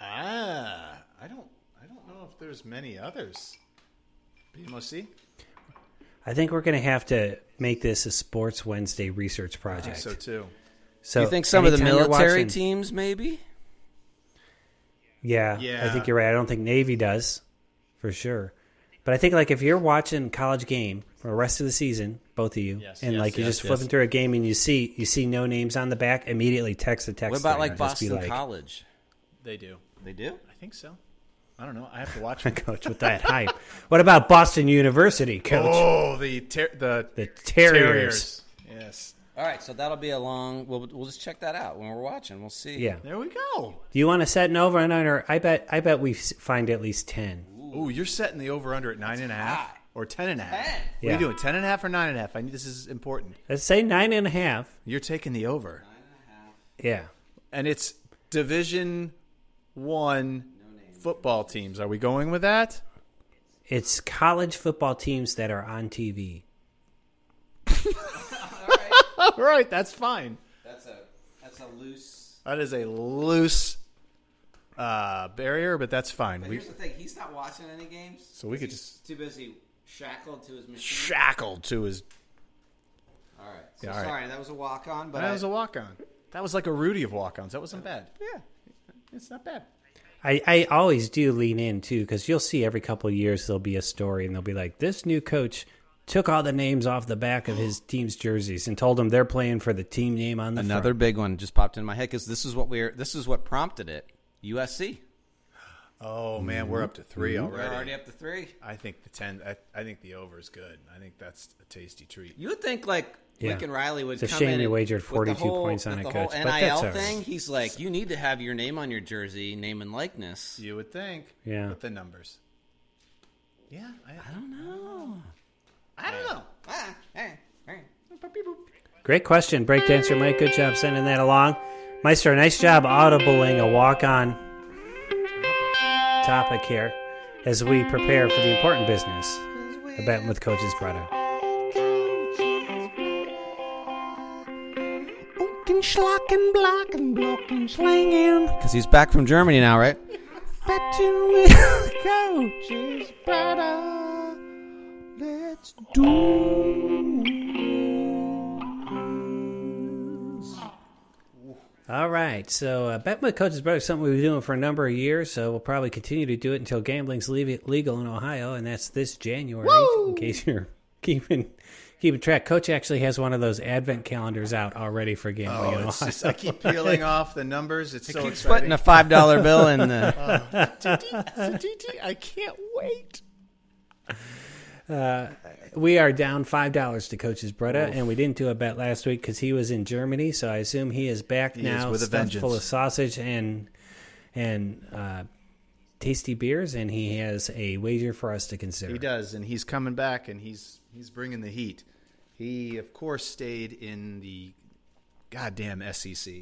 ah, I don't, I don't know if there's many others. BMOC. I think we're going to have to make this a Sports Wednesday research project. So too. so you think some of the anytime you're military watching- teams maybe? Yeah, I Yeah. think you're right. I don't think Navy does, for sure. But I think like if you're watching college game for the rest of the season, both of you, Yes, and yes, like you're yes, just yes. flipping through a game and you see you see no names on the back, immediately text the text. What about line like and just be Boston like, College? They do. They do. I think so. I don't know. I have to watch. Coach with that hype. What about Boston University, Coach? oh, the ter- the The Terriers. Yes. All right, so that'll be a long. We'll we'll just check that out when we're watching. We'll see. Yeah. There we go. Do you want to set an over and under? I bet. I bet we s- find at least ten. Ooh, you're setting the over under at nine and a half high. or ten and a half. Ten. What are Yeah. you doing? Ten and a half or nine and a half? I need, this is important. Let's say nine and a half. You're taking the over, Yeah. and it's Division One football teams. Are we going with that? It's college football teams that are on TV. All right, that's fine. That's a that's a loose. That is a loose uh, barrier, but that's fine. We thing: he's not watching any games, So we could he's just- too busy shackled to his machine. shackled to his. all right. So Yeah, all right. sorry, that was a walk on, but That was a walk on. That was like a Rudy of walk ons. That wasn't bad. Yeah, it's not bad. I, I always do lean in too because you'll see every couple of years there'll be a story and they'll be like, this new coach took all the names off the back of his team's jerseys and told them they're playing for the team name on the another front. big one just popped in my head because this is what we're this is what prompted it. USC. Oh man, we're up to 3 We're already. already up to three. I think the ten. I, I think the over is good. I think that's a tasty treat. You would think like Lincoln Riley would It's a come shame in he and- wagered with 42 the whole, points on with it, the Coach, Whole but that's NIL all right. thing, he's like, you need to have your name on your jersey, name and likeness. You would think. Yeah. With the numbers. Yeah. I, I don't know. I don't know. Ah, eh, eh. Great question, breakdancer Mike. Good job sending that along. Meister, nice job audibling a walk on topic here as we prepare for the important business of betting with Coach's brother. Because he's back from Germany now, right? All right, so uh, betting with Coach's brother is something we've been doing for a number of years, so we'll probably continue to do it until gambling's le- legal in Ohio, and that's this January. In case you're keeping keeping track, Coach actually has one of those advent calendars out already for gambling. in Oh, it's Ohio. just, I keep peeling off the numbers. It's so Keep exciting. putting a five dollar bill in the. I can't wait. We are down five dollars to Coach's Bretta, and we didn't do a bet last week because he was in Germany. So I assume he is back is now, with a stuffed vengeance. full of sausage and and uh, tasty beers, and he has a wager for us to consider. He does, and he's coming back, and he's he's bringing the heat. He, of course, stayed in the goddamn SEC,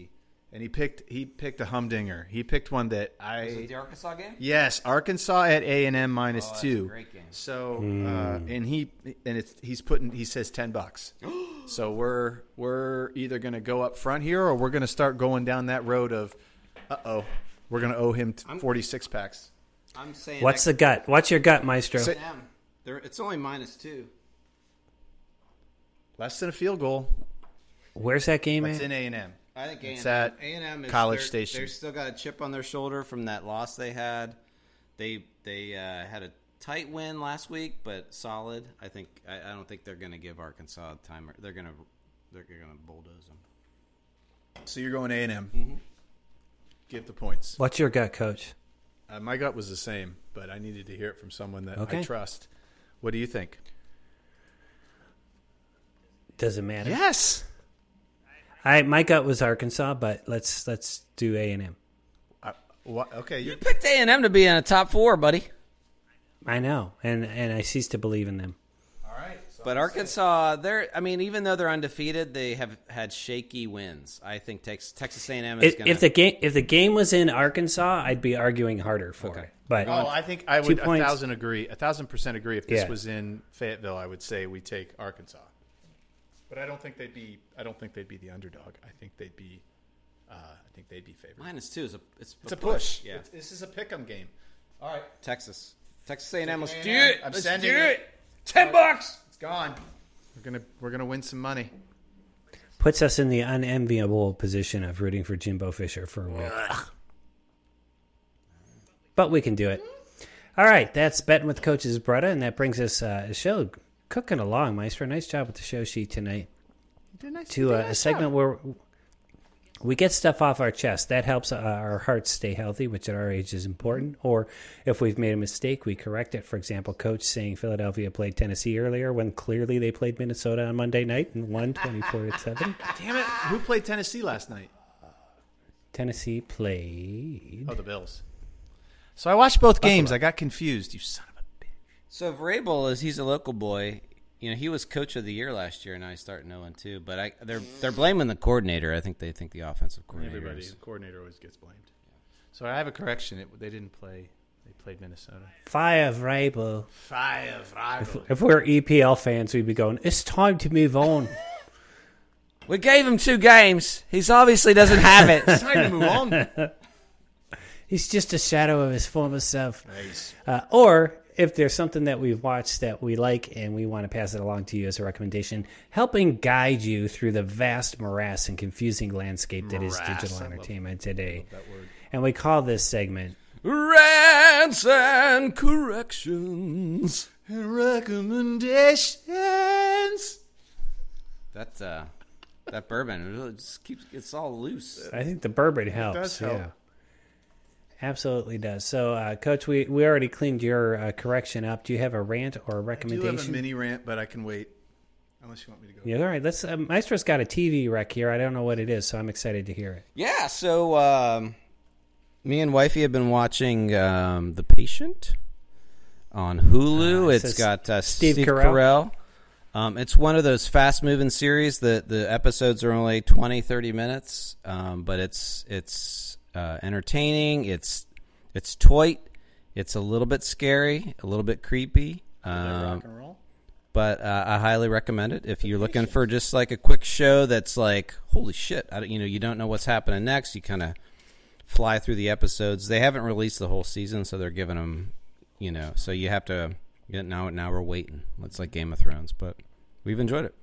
and he picked he picked a humdinger. He picked one that I The Arkansas game. Yes, Arkansas at A and M minus Oh, that's a two. great game. So uh, and he and it's he's putting he says ten bucks. so we're we're either going to go up front here or we're going to start going down that road of, uh oh, we're going to owe him forty six packs. I'm saying. What's I- the gut? What's your gut, Maestro? Say- Damn. They're- It's only minus two. Less than a field goal. Where's that game That's at? in A and M. I think It's A&M, at A&M is, College they're- Station. They're still got a chip on their shoulder from that loss they had. They they uh, had a tight win last week, but solid. I think I, I don't think they're going to give Arkansas a timer. They're going to they're going to bulldoze them. So you're going A and Mm-hmm. M. Give the points. What's your gut, Coach? Uh, my gut was the same, but I needed to hear it from someone that I Okay. trust. What do you think? Does it matter? Yes. I my gut was Arkansas, but let's let's do A and M. I, what, okay, you're, Picked A and M to be in a top four, buddy. I know, and and I cease to believe in them. all right. So But Arkansas, they're I mean, even though they're undefeated, they have had shaky wins. I think Texas Texas A and M is If, going if the game if the game was in Arkansas, I'd be arguing harder for Okay. it. But Oh, I think I would a points. thousand agree, a thousand percent agree. If this Yeah. was in Fayetteville, I would say we take Arkansas. But I don't think they'd be. I don't think they'd be the underdog. I think they'd be. Uh, I think they'd be favored. minus two is a it's, It's a push. Yeah, It's- this is a pick'em game. All right, Texas Texas A and M. Let's A&M. do it. I'm Let's sending do it. it. Ten bucks. it's gone. We're gonna we're gonna win some money. puts us in the unenviable position of rooting for Jimbo Fisher for a week. but we can do it. All right, that's betting with coaches Bretta, and that brings us uh, a show cooking along, Maestro. Nice job with the show sheet tonight. to uh, a segment where we get stuff off our chest. That helps uh, our hearts stay healthy, which at our age is important. Or if we've made a mistake, we correct it. For example, coach saying Philadelphia played Tennessee earlier when clearly they played Minnesota on Monday night and won 24 to 7. Damn it! Who played Tennessee last night? Tennessee played. Oh, the Bills. So I watched both games. I got confused. You son of a bitch. So Vrabel is he's a local boy. You know, he was coach of the year last year, oh and I start knowing too. But I they're they're blaming the coordinator. I think they think the offensive coordinator. Everybody, is- the coordinator always gets blamed. So I have a correction. It, they didn't play. They played Minnesota. Fire Vrabel. Fire, rival. If we're EPL fans, we'd be going, it's time to move on. We gave him two games. He's obviously doesn't have it. Time to move on. He's just a shadow of his former self. Uh, or if there's something that we've watched that we like and we want to pass it along to you as a recommendation, helping guide you through the vast morass and confusing landscape that is digital entertainment today. And we call this segment Rants and corrections. Recommendations. That uh, that bourbon it really just keeps it's all loose. I think the bourbon helps. does help. Yeah. Absolutely does. So, uh, Coach, we, we already cleaned your uh, correction up. Do you have a rant or a I do recommendation? have a mini rant, but I can wait. Unless you want me to go. Yeah, all right. Let's. Um, Maestro's got a TV wreck here. I don't know what it is, so I'm excited to hear it. Yeah, so um, me and wifey have been watching um, The Patient on Hulu. it it's says got uh, Steve, Steve Carell. Carell. Um, it's one of those fast moving series that the episodes are only 20, 30 minutes, um, but it's it's uh, entertaining. It's it's toit. It's a little bit scary, a little bit creepy. Um, Rock and roll. but uh, I highly recommend it if you're looking for just like a quick show that's like holy shit, I don't, you know you don't know what's happening next. You kind of fly through the episodes. They haven't released the whole season, so they're giving them you know. So you have to yeah, now now we're waiting. It's like Game of Thrones, but we've enjoyed it.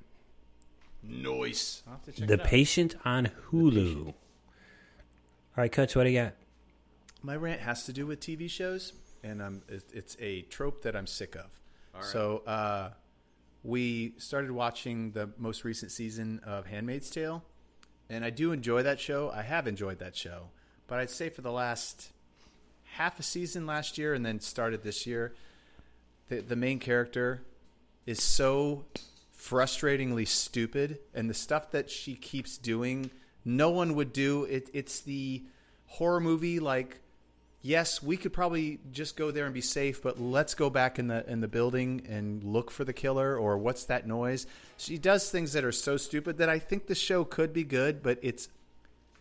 Noise. I'll have to check the it out. Patient on Hulu. All right, Coach, what do you got? My rant has to do with TV shows, and um, it, it's a trope that I'm sick of. So uh, we started watching the most recent season of Handmaid's Tale, and I do enjoy that show. I have enjoyed that show, but I'd say for the last half a season last year, and then started this year, the, the main character is so frustratingly stupid and the stuff that she keeps doing no one would do it it's the horror movie like yes we could probably just go there and be safe but let's go back in the in the building and look for the killer or what's that noise she does things that are so stupid that i think the show could be good but it's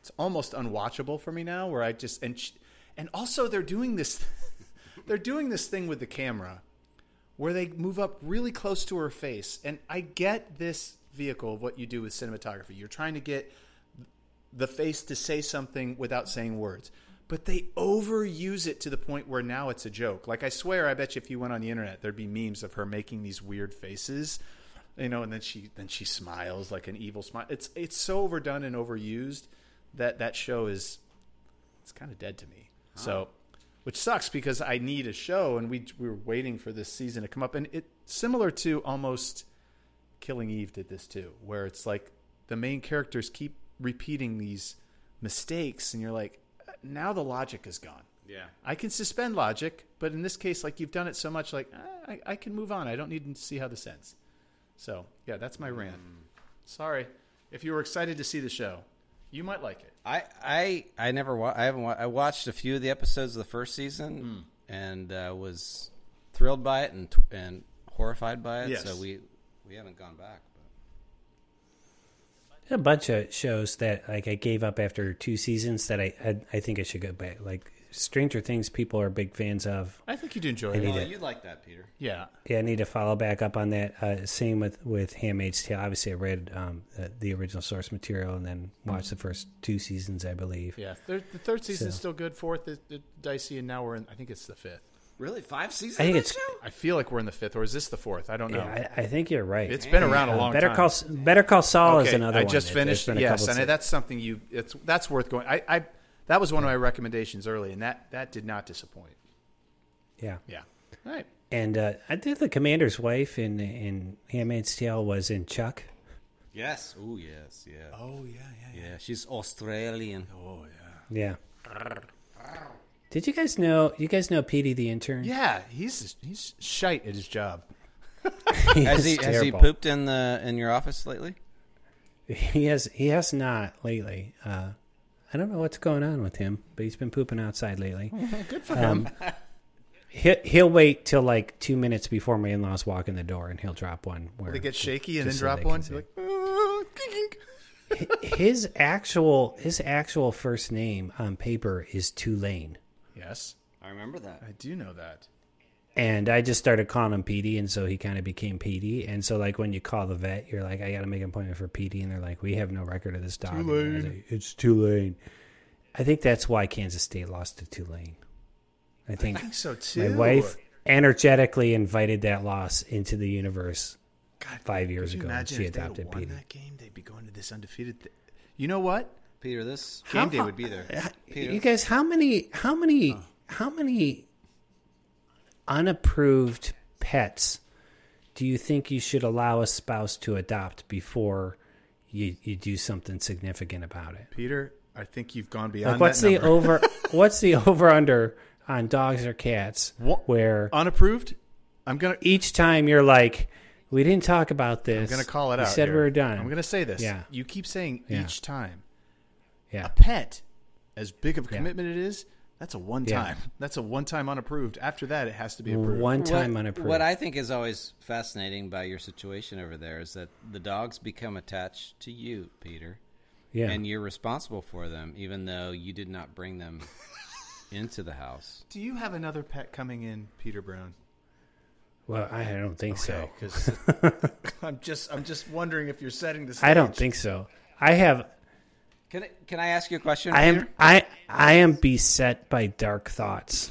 it's almost unwatchable for me now where i just and sh- and also they're doing this they're doing this thing with the camera where they move up really close to her face. And I get this vehicle of what you do with cinematography. You're trying to get the face to say something without saying words. But they overuse it to the point where now it's a joke. Like I swear, I bet you if you went on the internet, there'd be memes of her making these weird faces, you know, and then she then she smiles like an evil smile. It's it's so overdone and overused that that show is it's kind of dead to me. So, which sucks because I need a show, and we we were waiting for this season to come up, and it similar to almost Killing Eve did this too, where it's like the main characters keep repeating these mistakes, and you're like, "Uh, now the logic is gone. Yeah, I can suspend logic, but in this case, like you've done it so much, like ah, I, I can move on. I don't need to see how this ends. So yeah, that's my rant. Hmm. Sorry, if you were excited to see the show, you might like it. I I I never wa- I haven't wa- I watched a few of the episodes of the first season and uh, was thrilled by it and t- and horrified by it. Yes. So we we haven't gone back. But. A bunch of shows that like I gave up after two seasons that I I, I think I should go back. Like Stranger Things, people are big fans of. I think you'd enjoy I it. need Oh, to you'd like that, Peter. Yeah. yeah, I need to follow back up on that. Uh, same with with Handmaid's Tale. Obviously, I read um, the, the original source material and then watched the first two seasons, I believe. Yeah. Third, the third season's So- still good. Fourth is is dicey, and now we're in, I think it's the fifth. Really, five seasons? I think of it's- that show? I feel like we're in the fifth, or is this the fourth? I don't know. Yeah, I, I think you're right. it's been around a Uh, long Better time. Call S- Better Call Saul is another I one. just that there's finished. been a Yes, couple and se- that's something you. It's that's worth going. I, I that was one of my recommendations early, and that that did not disappoint. yeah. Yeah. All right. And uh, I think the commander's wife in in Handmaid's Tale was in Chuck. Yes. Oh, Oh. yes. Yeah. Oh yeah, yeah. Yeah. She's Australian. Yeah. Did you guys know? You guys know Petey the intern? Yeah, he's he's shite at his job. he Has is he has he terrible. pooped in the in your office lately? He has he has not lately. Uh, I don't know what's going on with him, but he's been pooping outside lately. Good for him. He, he'll wait till like two minutes before my in laws walk in the door, and he'll drop one. Where They get shaky and then just so drop they can one. see. You're like, "Oh, kink, kink." his actual his actual first name on paper is Tulane. yes, I remember that. I do know that. And I just started calling him Petey, and so he kind of became Petey. And so, like when you call the vet, you're like, "I got to make an appointment for Petey," and they're like, "We have no record of this dog." And I was like, it's Tulane. I think that's why Kansas State lost to Tulane. I think I think so too. my wife energetically invited that loss into the universe. God, five years could ago, you Imagine she if they had adopted won Petey. that game, they'd be going to this undefeated. Th- you know what? Peter, this How game day fu- would be there. Peter, uh, You guys, how many, how many, how many unapproved pets do you think you should allow a spouse to adopt before you, you do something significant about it? Peter, I think you've gone beyond Like, what's that the number. over? what's the over under on dogs or cats? What- Uh, Where Unapproved? I'm gonna. each time you're like, We didn't talk about this. I'm going to call it we out. said here. we were done. I'm going to say this. Yeah. You keep saying Yeah. each time. Yeah. A pet, as big of a commitment it is, that's a one Yeah. time. That's a one time unapproved. After that, it has to be approved. One time what, unapproved. What I think is always fascinating by your situation over there is that the dogs become attached to you, Peter, yeah. and you're responsible for them, even though you did not bring them into the house. Do you have another pet coming in, Peter Brown? well, I don't think so. Because I'm just I'm just wondering if you're setting this. I don't think so. I have Can I, can I ask you a question? I am Peter? I I am beset by dark thoughts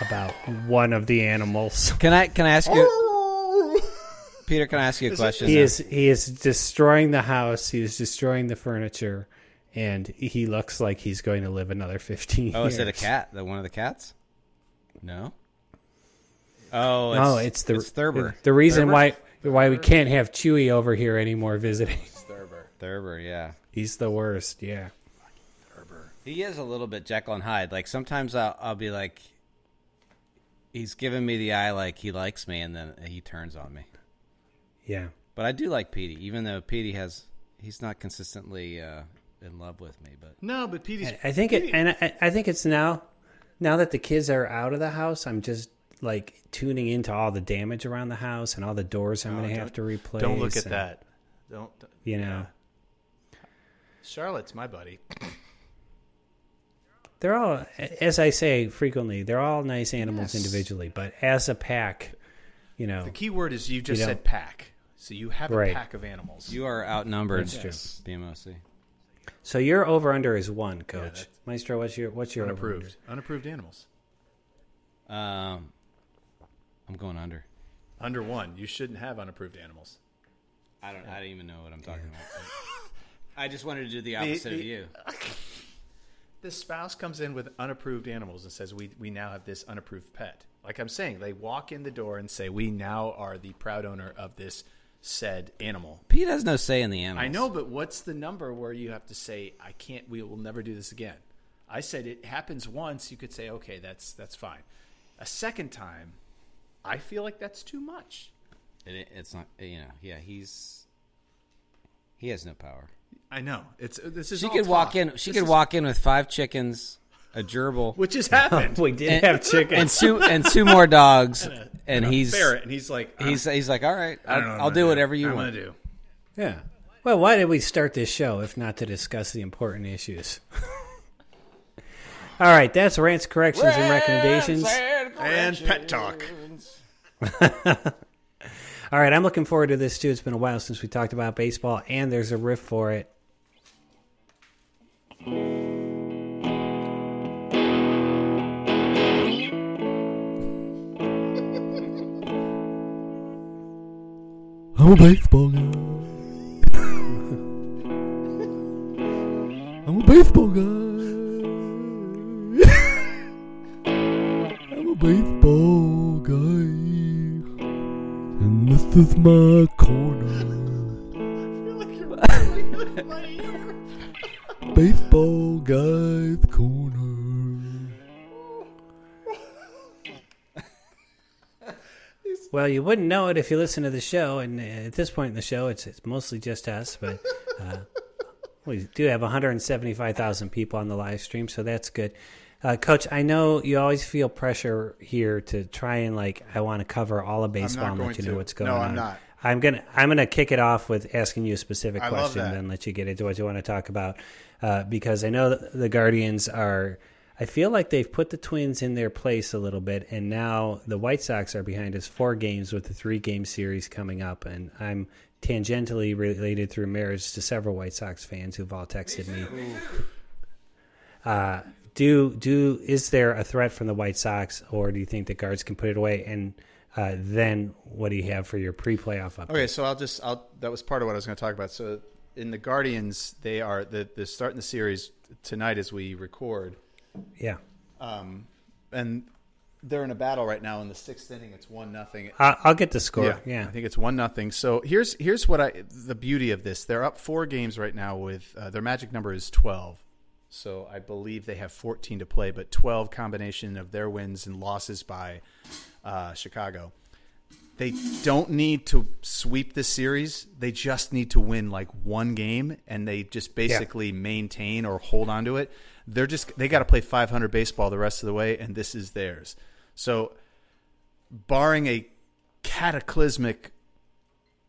about one of the animals. Can I can I ask you, Peter? Can I ask you a Is it- question? He now? is he is destroying the house, he is destroying the furniture, and he looks like he's going to live another fifteen Oh, years. is it a cat? The one of the cats? No. Oh, it's, No, it's the it's Thurber. The reason why why we can't have Chewy over here anymore visiting. Thurber, yeah. He's the worst, yeah. He is a little bit Jekyll and Hyde. Like sometimes I'll, I'll be like, he's giving me the eye, like he likes me, and then he turns on me. Yeah. But I do like Petey, even though Petey has he's not consistently uh, in love with me. But No, but Petey's. I think it, and I, I think it's now, now that the kids are out of the house, I'm just like tuning into all the damage around the house and all the doors I'm going to have to replace. Oh, Don't look at and, that. Don't. You know, Charlotte's my buddy. they're all, as I say frequently, they're all nice animals individually, but as a pack, you know, The key word is you just Oh. You know. said pack. So you have a Right. pack of animals. you are outnumbered, That's true. BMOC. so your over under is one, Coach Maestro. What's your what's your over-under? unapproved, unapproved animals Um, I'm going under. under one. You shouldn't have unapproved animals. I don't. I don't even know what I'm talking about. I just wanted to do the opposite of the- you. The spouse comes in with unapproved animals and says, "We we now have this unapproved pet." Like I'm saying, they walk in the door and say, "We now are the proud owner of this said animal." Pete has no say in the animals. I know, but what's the number where you have to say, "I can't. We will never do this again." I said it happens once. You could say, "Okay, that's that's fine." A second time, I feel like that's too much. It, it's not. You know. Yeah. He's he has no power. I know it's this is She all could walk talk. in. She This could is- walk in with five chickens, a gerbil, which has happened. We did And- have chicken. and two and two more dogs, and he's ferret, and he's like, I'm- he's he's like, all right, I don't know what I'll, I'm I'll gonna do whatever you I'm want. gonna do. yeah. Well, why did we start this show if not to discuss the important issues? All right, that's rants, corrections, and recommendations. And pet talk. All right, I'm looking forward to this too. It's been a while since we talked about baseball, and there's a riff for it. I'm a baseball guy. I'm a baseball guy. I'm a baseball guy. And this is my corner. baseball guy's corner. Well, you wouldn't know it if you listen to the show, and uh, at this point in the show, it's it's mostly just us, but uh, we do have 175,000 people on the live stream, so that's good. Uh, Coach, I know you always feel pressure here to try and like I want to cover all of baseball and going let you know to. what's No, going on. I'm not. I'm gonna I'm gonna kick it off with asking you a specific I love question, that. then let you get into what you want to talk about, uh, because I know th- the Guardians are. I feel like they've put the Twins in their place a little bit, and now the White Sox are behind us four games with the three game series coming up, and I'm tangentially related through marriage to several White Sox fans who've all texted me. Uh, do do is there a threat from the White Sox, or do you think the guards can put it away? And uh, then what do you have for your pre-playoff update? Okay, so I'll just I'll that was part of what I was going to talk about. So in the Guardians, they are the the starting the series tonight as we record, Yeah. and they're in a battle right now in the sixth inning. It's one nothing. I- I'll get the score. Yeah. I think it's one nothing. So here's here's what I the beauty of this. They're up four games right now. With uh, their magic number is twelve, so I believe they have fourteen to play, but twelve combination of their wins and losses by uh, Chicago. They don't need to sweep this series. They just need to win like one game, and they just basically maintain or hold on to it. They're just they got to play 500 baseball the rest of the way, and this is theirs. So, barring a cataclysmic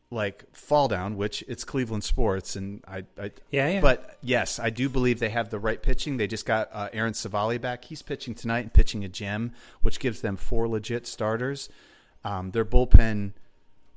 like fall down, which it's Cleveland sports, and I, I Yeah, yeah. But yes, I do believe they have the right pitching. They just got uh, Aaron Savali back. He's pitching tonight and pitching a gem, which gives them four legit starters. Um, their bullpen,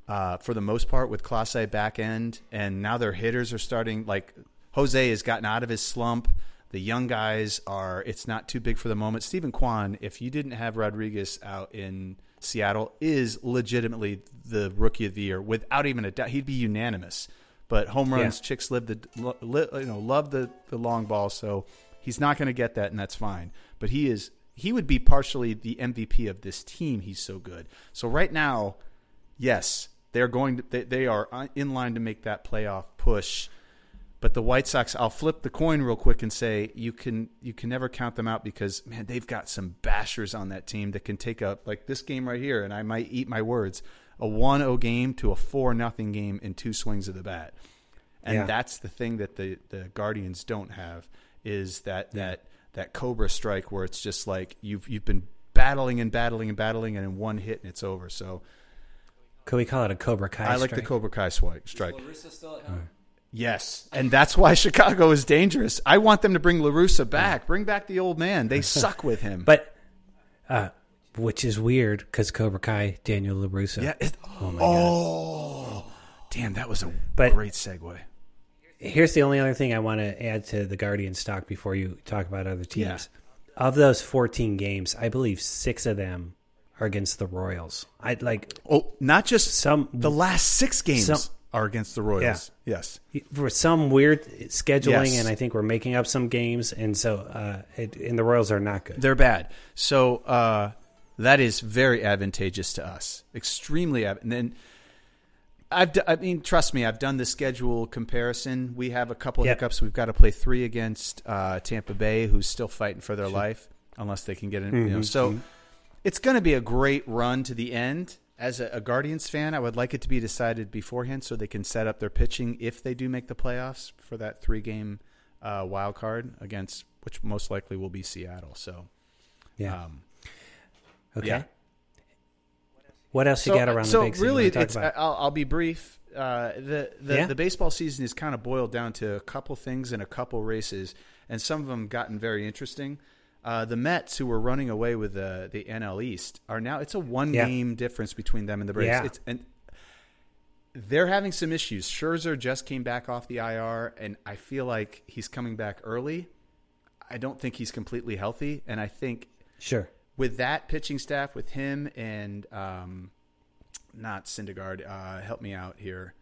uh, for the most part, with Class A back end, and now their hitters are starting. Like Jose has gotten out of his slump. The young guys are. It's not too big for the moment. Stephen Kwan, if you didn't have Rodriguez out in Seattle, is legitimately the rookie of the year without even a doubt. He'd be unanimous. But home runs, chicks live the lo- li, you know love the the long ball, so he's not going to get that, and that's fine. But he is he would be partially the MVP of this team. He's so good. So right now, yes, they're going to they, they are on- in line to make that playoff push. But the White Sox, I'll flip the coin real quick and say you can you can never count them out because man, they've got some bashers on that team that can take up like this game right here, and I might eat my words. A 1-0 game to a 4-0 game in two swings of the bat. And Yeah. that's the thing that the, the Guardians don't have is that that that Cobra strike where it's just like you've you've been battling and battling and battling and in one hit and it's over. So Could we call it a Cobra Kai? I like the strike? Cobra Kai swi- strike. Yes, and that's why Chicago is dangerous. I want them to bring Larusa back. Bring back the old man. They suck with him. but uh, which is weird because Cobra Kai, Daniel Larusso. yeah, it, oh, damn, that was a But- great segue. Here's the only other thing I want to add to the Guardian stock before you talk about other Yeah. teams. Of those 14 games, I believe six of them are against the Royals. I like Oh, not just Some- The last six games Some- are against the Royals. Yes, for some weird scheduling, Yes. and I think we're making up some games, and so uh, it, and the Royals are not good. they're bad. So uh, that is very advantageous to us. Extremely ad- and then I've d- I mean trust me, I've done the schedule comparison. We have a couple Yep. hiccups. We've got to play 3 against uh, Tampa Bay who's still fighting for their life unless they can get in, you know. So it's going to be a great run to the end. As a, a Guardians fan, I would like it to be decided beforehand so they can set up their pitching if they do make the playoffs for that three game uh, wild card against which most likely will be Seattle. So Yeah. um, okay. yeah. What else you got around so the big? really, you wanna talk it's, uh, about? I'll, I'll be brief. Uh, the the, Yeah. the baseball season is kind of boiled down to a couple things and a couple races, and some of them gotten very interesting. Uh, the Mets, who were running away with the the NL East, are now it's a one Yeah. game difference between them and the Braves. Yeah. It's and they're having some issues. Scherzer just came back off the IR, and I feel like he's coming back early. I don't think he's completely healthy, and I think sure. with that pitching staff, with him and um, not Syndergaard, uh, help me out here,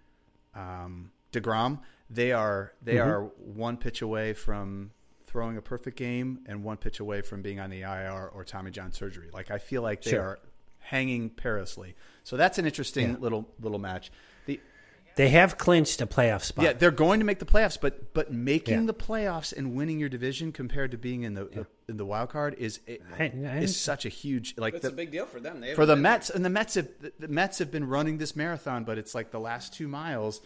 um, Degrom. They are they Mm-hmm. are one pitch away from throwing a perfect game and one pitch away from being on the IR or Tommy John surgery. Like I feel like they Sure. are hanging perilously. So that's an interesting little little match. The They have clinched a playoff spot. yeah, they're going to make the playoffs, but but making Yeah. the playoffs and winning your division compared to being in the, in the wild card is it, I- I- is such a huge like It's the- a big deal for them. They for haven't the been- Mets, and the Mets have the Mets have been running this marathon, but it's like the last two miles,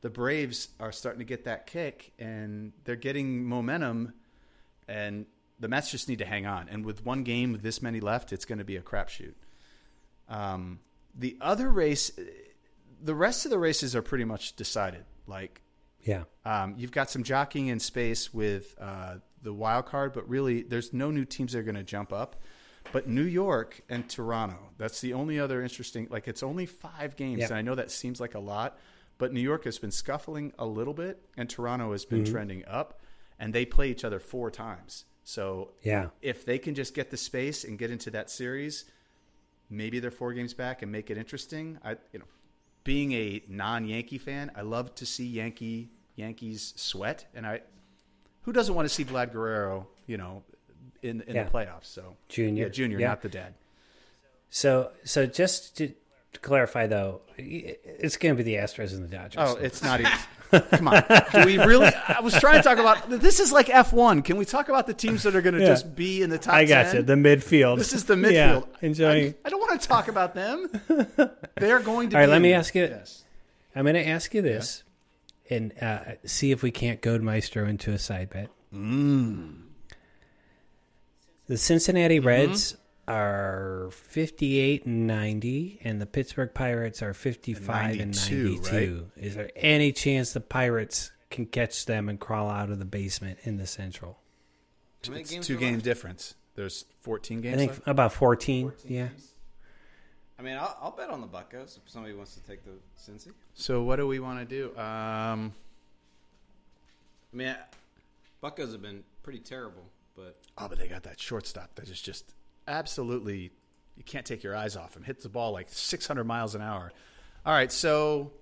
the Braves are starting to get that kick, and they're getting momentum, and the Mets just need to hang on. And with one game with this many left, it's going to be a crapshoot. Um, the other race, the rest of the races are pretty much decided. Like yeah. um, you've got some jockeying in space with uh, the wild card, but really, there's no new teams that are going to jump up. But New York and Toronto, that's the only other interesting. Like it's only five games, Yeah. and I know that seems like a lot, but New York has been scuffling a little bit, and Toronto has Mm-hmm. been trending up, and they play each other four times. So Yeah. if they can just get the space and get into that series, maybe they're four games back and make it interesting. I, you know, being a non-Yankee fan, I love to see Yankee Yankees sweat, and I, who doesn't want to see Vlad Guerrero, you know, in in Yeah. the playoffs? So Junior. yeah, junior, Yeah. not the dad. So so just to, to clarify though, i- it's going to be the Astros and the Dodgers. Oh, it's not even. Come on, do we really? I was trying to talk about this. Is like F one. Can we talk about the teams that are going to Yeah. just be in the top? I got 10? you. The midfield. This is the Yeah, midfield. enjoying. I, I don't want want to talk about them. They're going to. All right, be let in me there. ask you- Yes. I'm going to ask you this, and uh, see if we can't goad Maestro into a side bet. Mm. The Cincinnati Mm-hmm. Reds are 58 and 90, and the Pittsburgh Pirates are 55 and 92. 92, Is there any chance the Pirates can catch them and crawl out of the basement in the Central? It's two game difference. There's 14 I games. think left? about 14. yeah. I mean, I'll, I'll bet on the Buccos if somebody wants to take the Cincy. So what do we want to do? Um, I mean, Buccos have been pretty terrible, but oh, but they got that shortstop that is just absolutely. You can't take your eyes off him. Hits the ball like 600 miles an hour. All right, so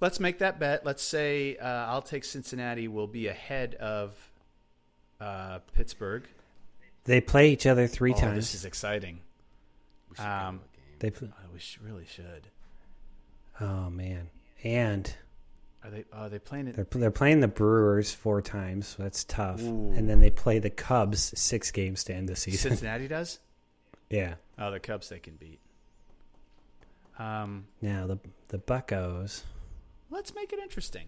let's make that bet. Let's say uh, I'll take Cincinnati. Will be ahead of uh, Pittsburgh. They play each other three Oh, times. this is exciting. Um, they pl- I wish really should. Oh, man. And. Are they? Are they playing it? They're, they're playing the Brewers four times, so that's tough. And then they play the Cubs six games to end the season. Cincinnati does. yeah. Oh, the Cubs they can beat. Um, Now the the Buckos. let's make it interesting.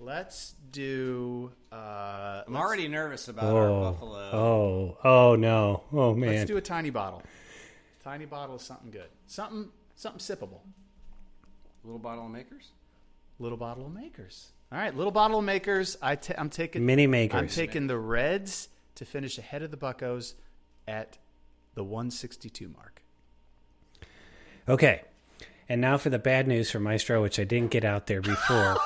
Let's do. Uh, I'm already nervous about our Oh, Buffalo. oh, oh no! Oh let's man! do a tiny bottle. Tiny bottle of something good. Something something sippable. Little bottle of makers? Little bottle of makers. All right, little bottle of makers. I ta- I'm taking Mini I'm makers. taking the Reds to finish ahead of the Buckos at the 162 mark. okay, and now for the bad news for Maestro, which I didn't get out there before.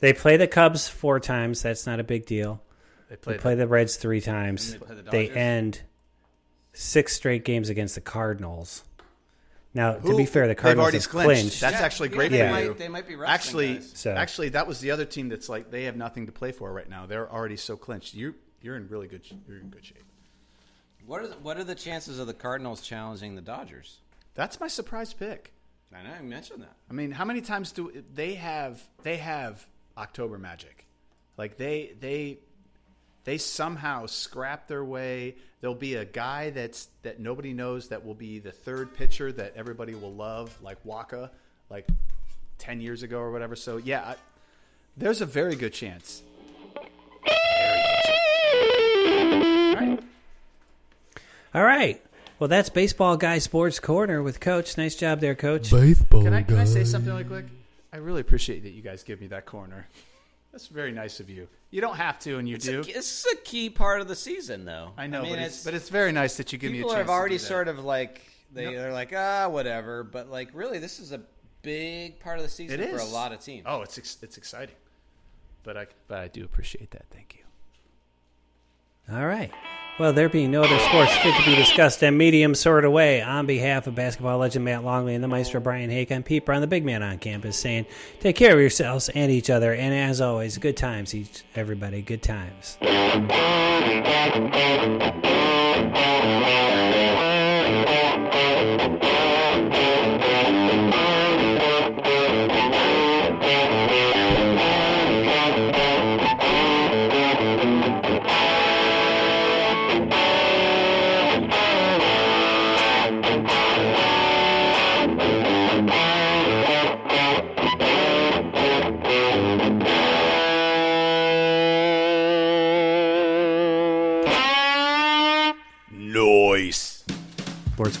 they play the Cubs four times. That's not a big deal. They They played. play the Reds three times. play the They, Dodgers? end six straight games against the Cardinals. Now, to be Who- fair, the they've Cardinals already have clinched. clinched. That's actually great They, for might, you. they might be wrestling actually, guys. So- actually, that was the other team that's like they have nothing to play for right now. They're already so clinched. You you're in really good sh- you're in good shape. What are, the, what are the chances of the Cardinals challenging the Dodgers? That's my surprise pick. I know, I mentioned that. I mean, how many times do they have they have October Magic? Like they they they somehow scrap their way. There'll be a guy that's that nobody knows that will be the third pitcher that everybody will love, like Waka, like ten years ago or whatever. So yeah, I, there's a very good chance. Very good chance. All right. Well, that's Baseball Guy Sports Corner with Coach. Nice job there, Coach. Baseball Can I, can I guy. say something really quick? I really appreciate that you guys give me that corner. That's very nice of you. You don't have to, and you It's do. a, this is a key part of the season, though. I know, I mean, but, it's, it's, but it's very nice that you give me a people chance. have to already do that. sort of like they, they're like ah whatever, but like really this is a big part of the It season is for a lot of teams. Oh, it's ex- it's exciting. But I but I do appreciate that. Thank you. All right. Well, there being no other sports fit to be discussed in medium sort of way, on behalf of basketball legend Matt Longley and the maestro Brian Hake, I'm Pete Brown, the big man on campus, saying take care of yourselves and each other. And as always, good times, each everybody. Good times. Noise. Sports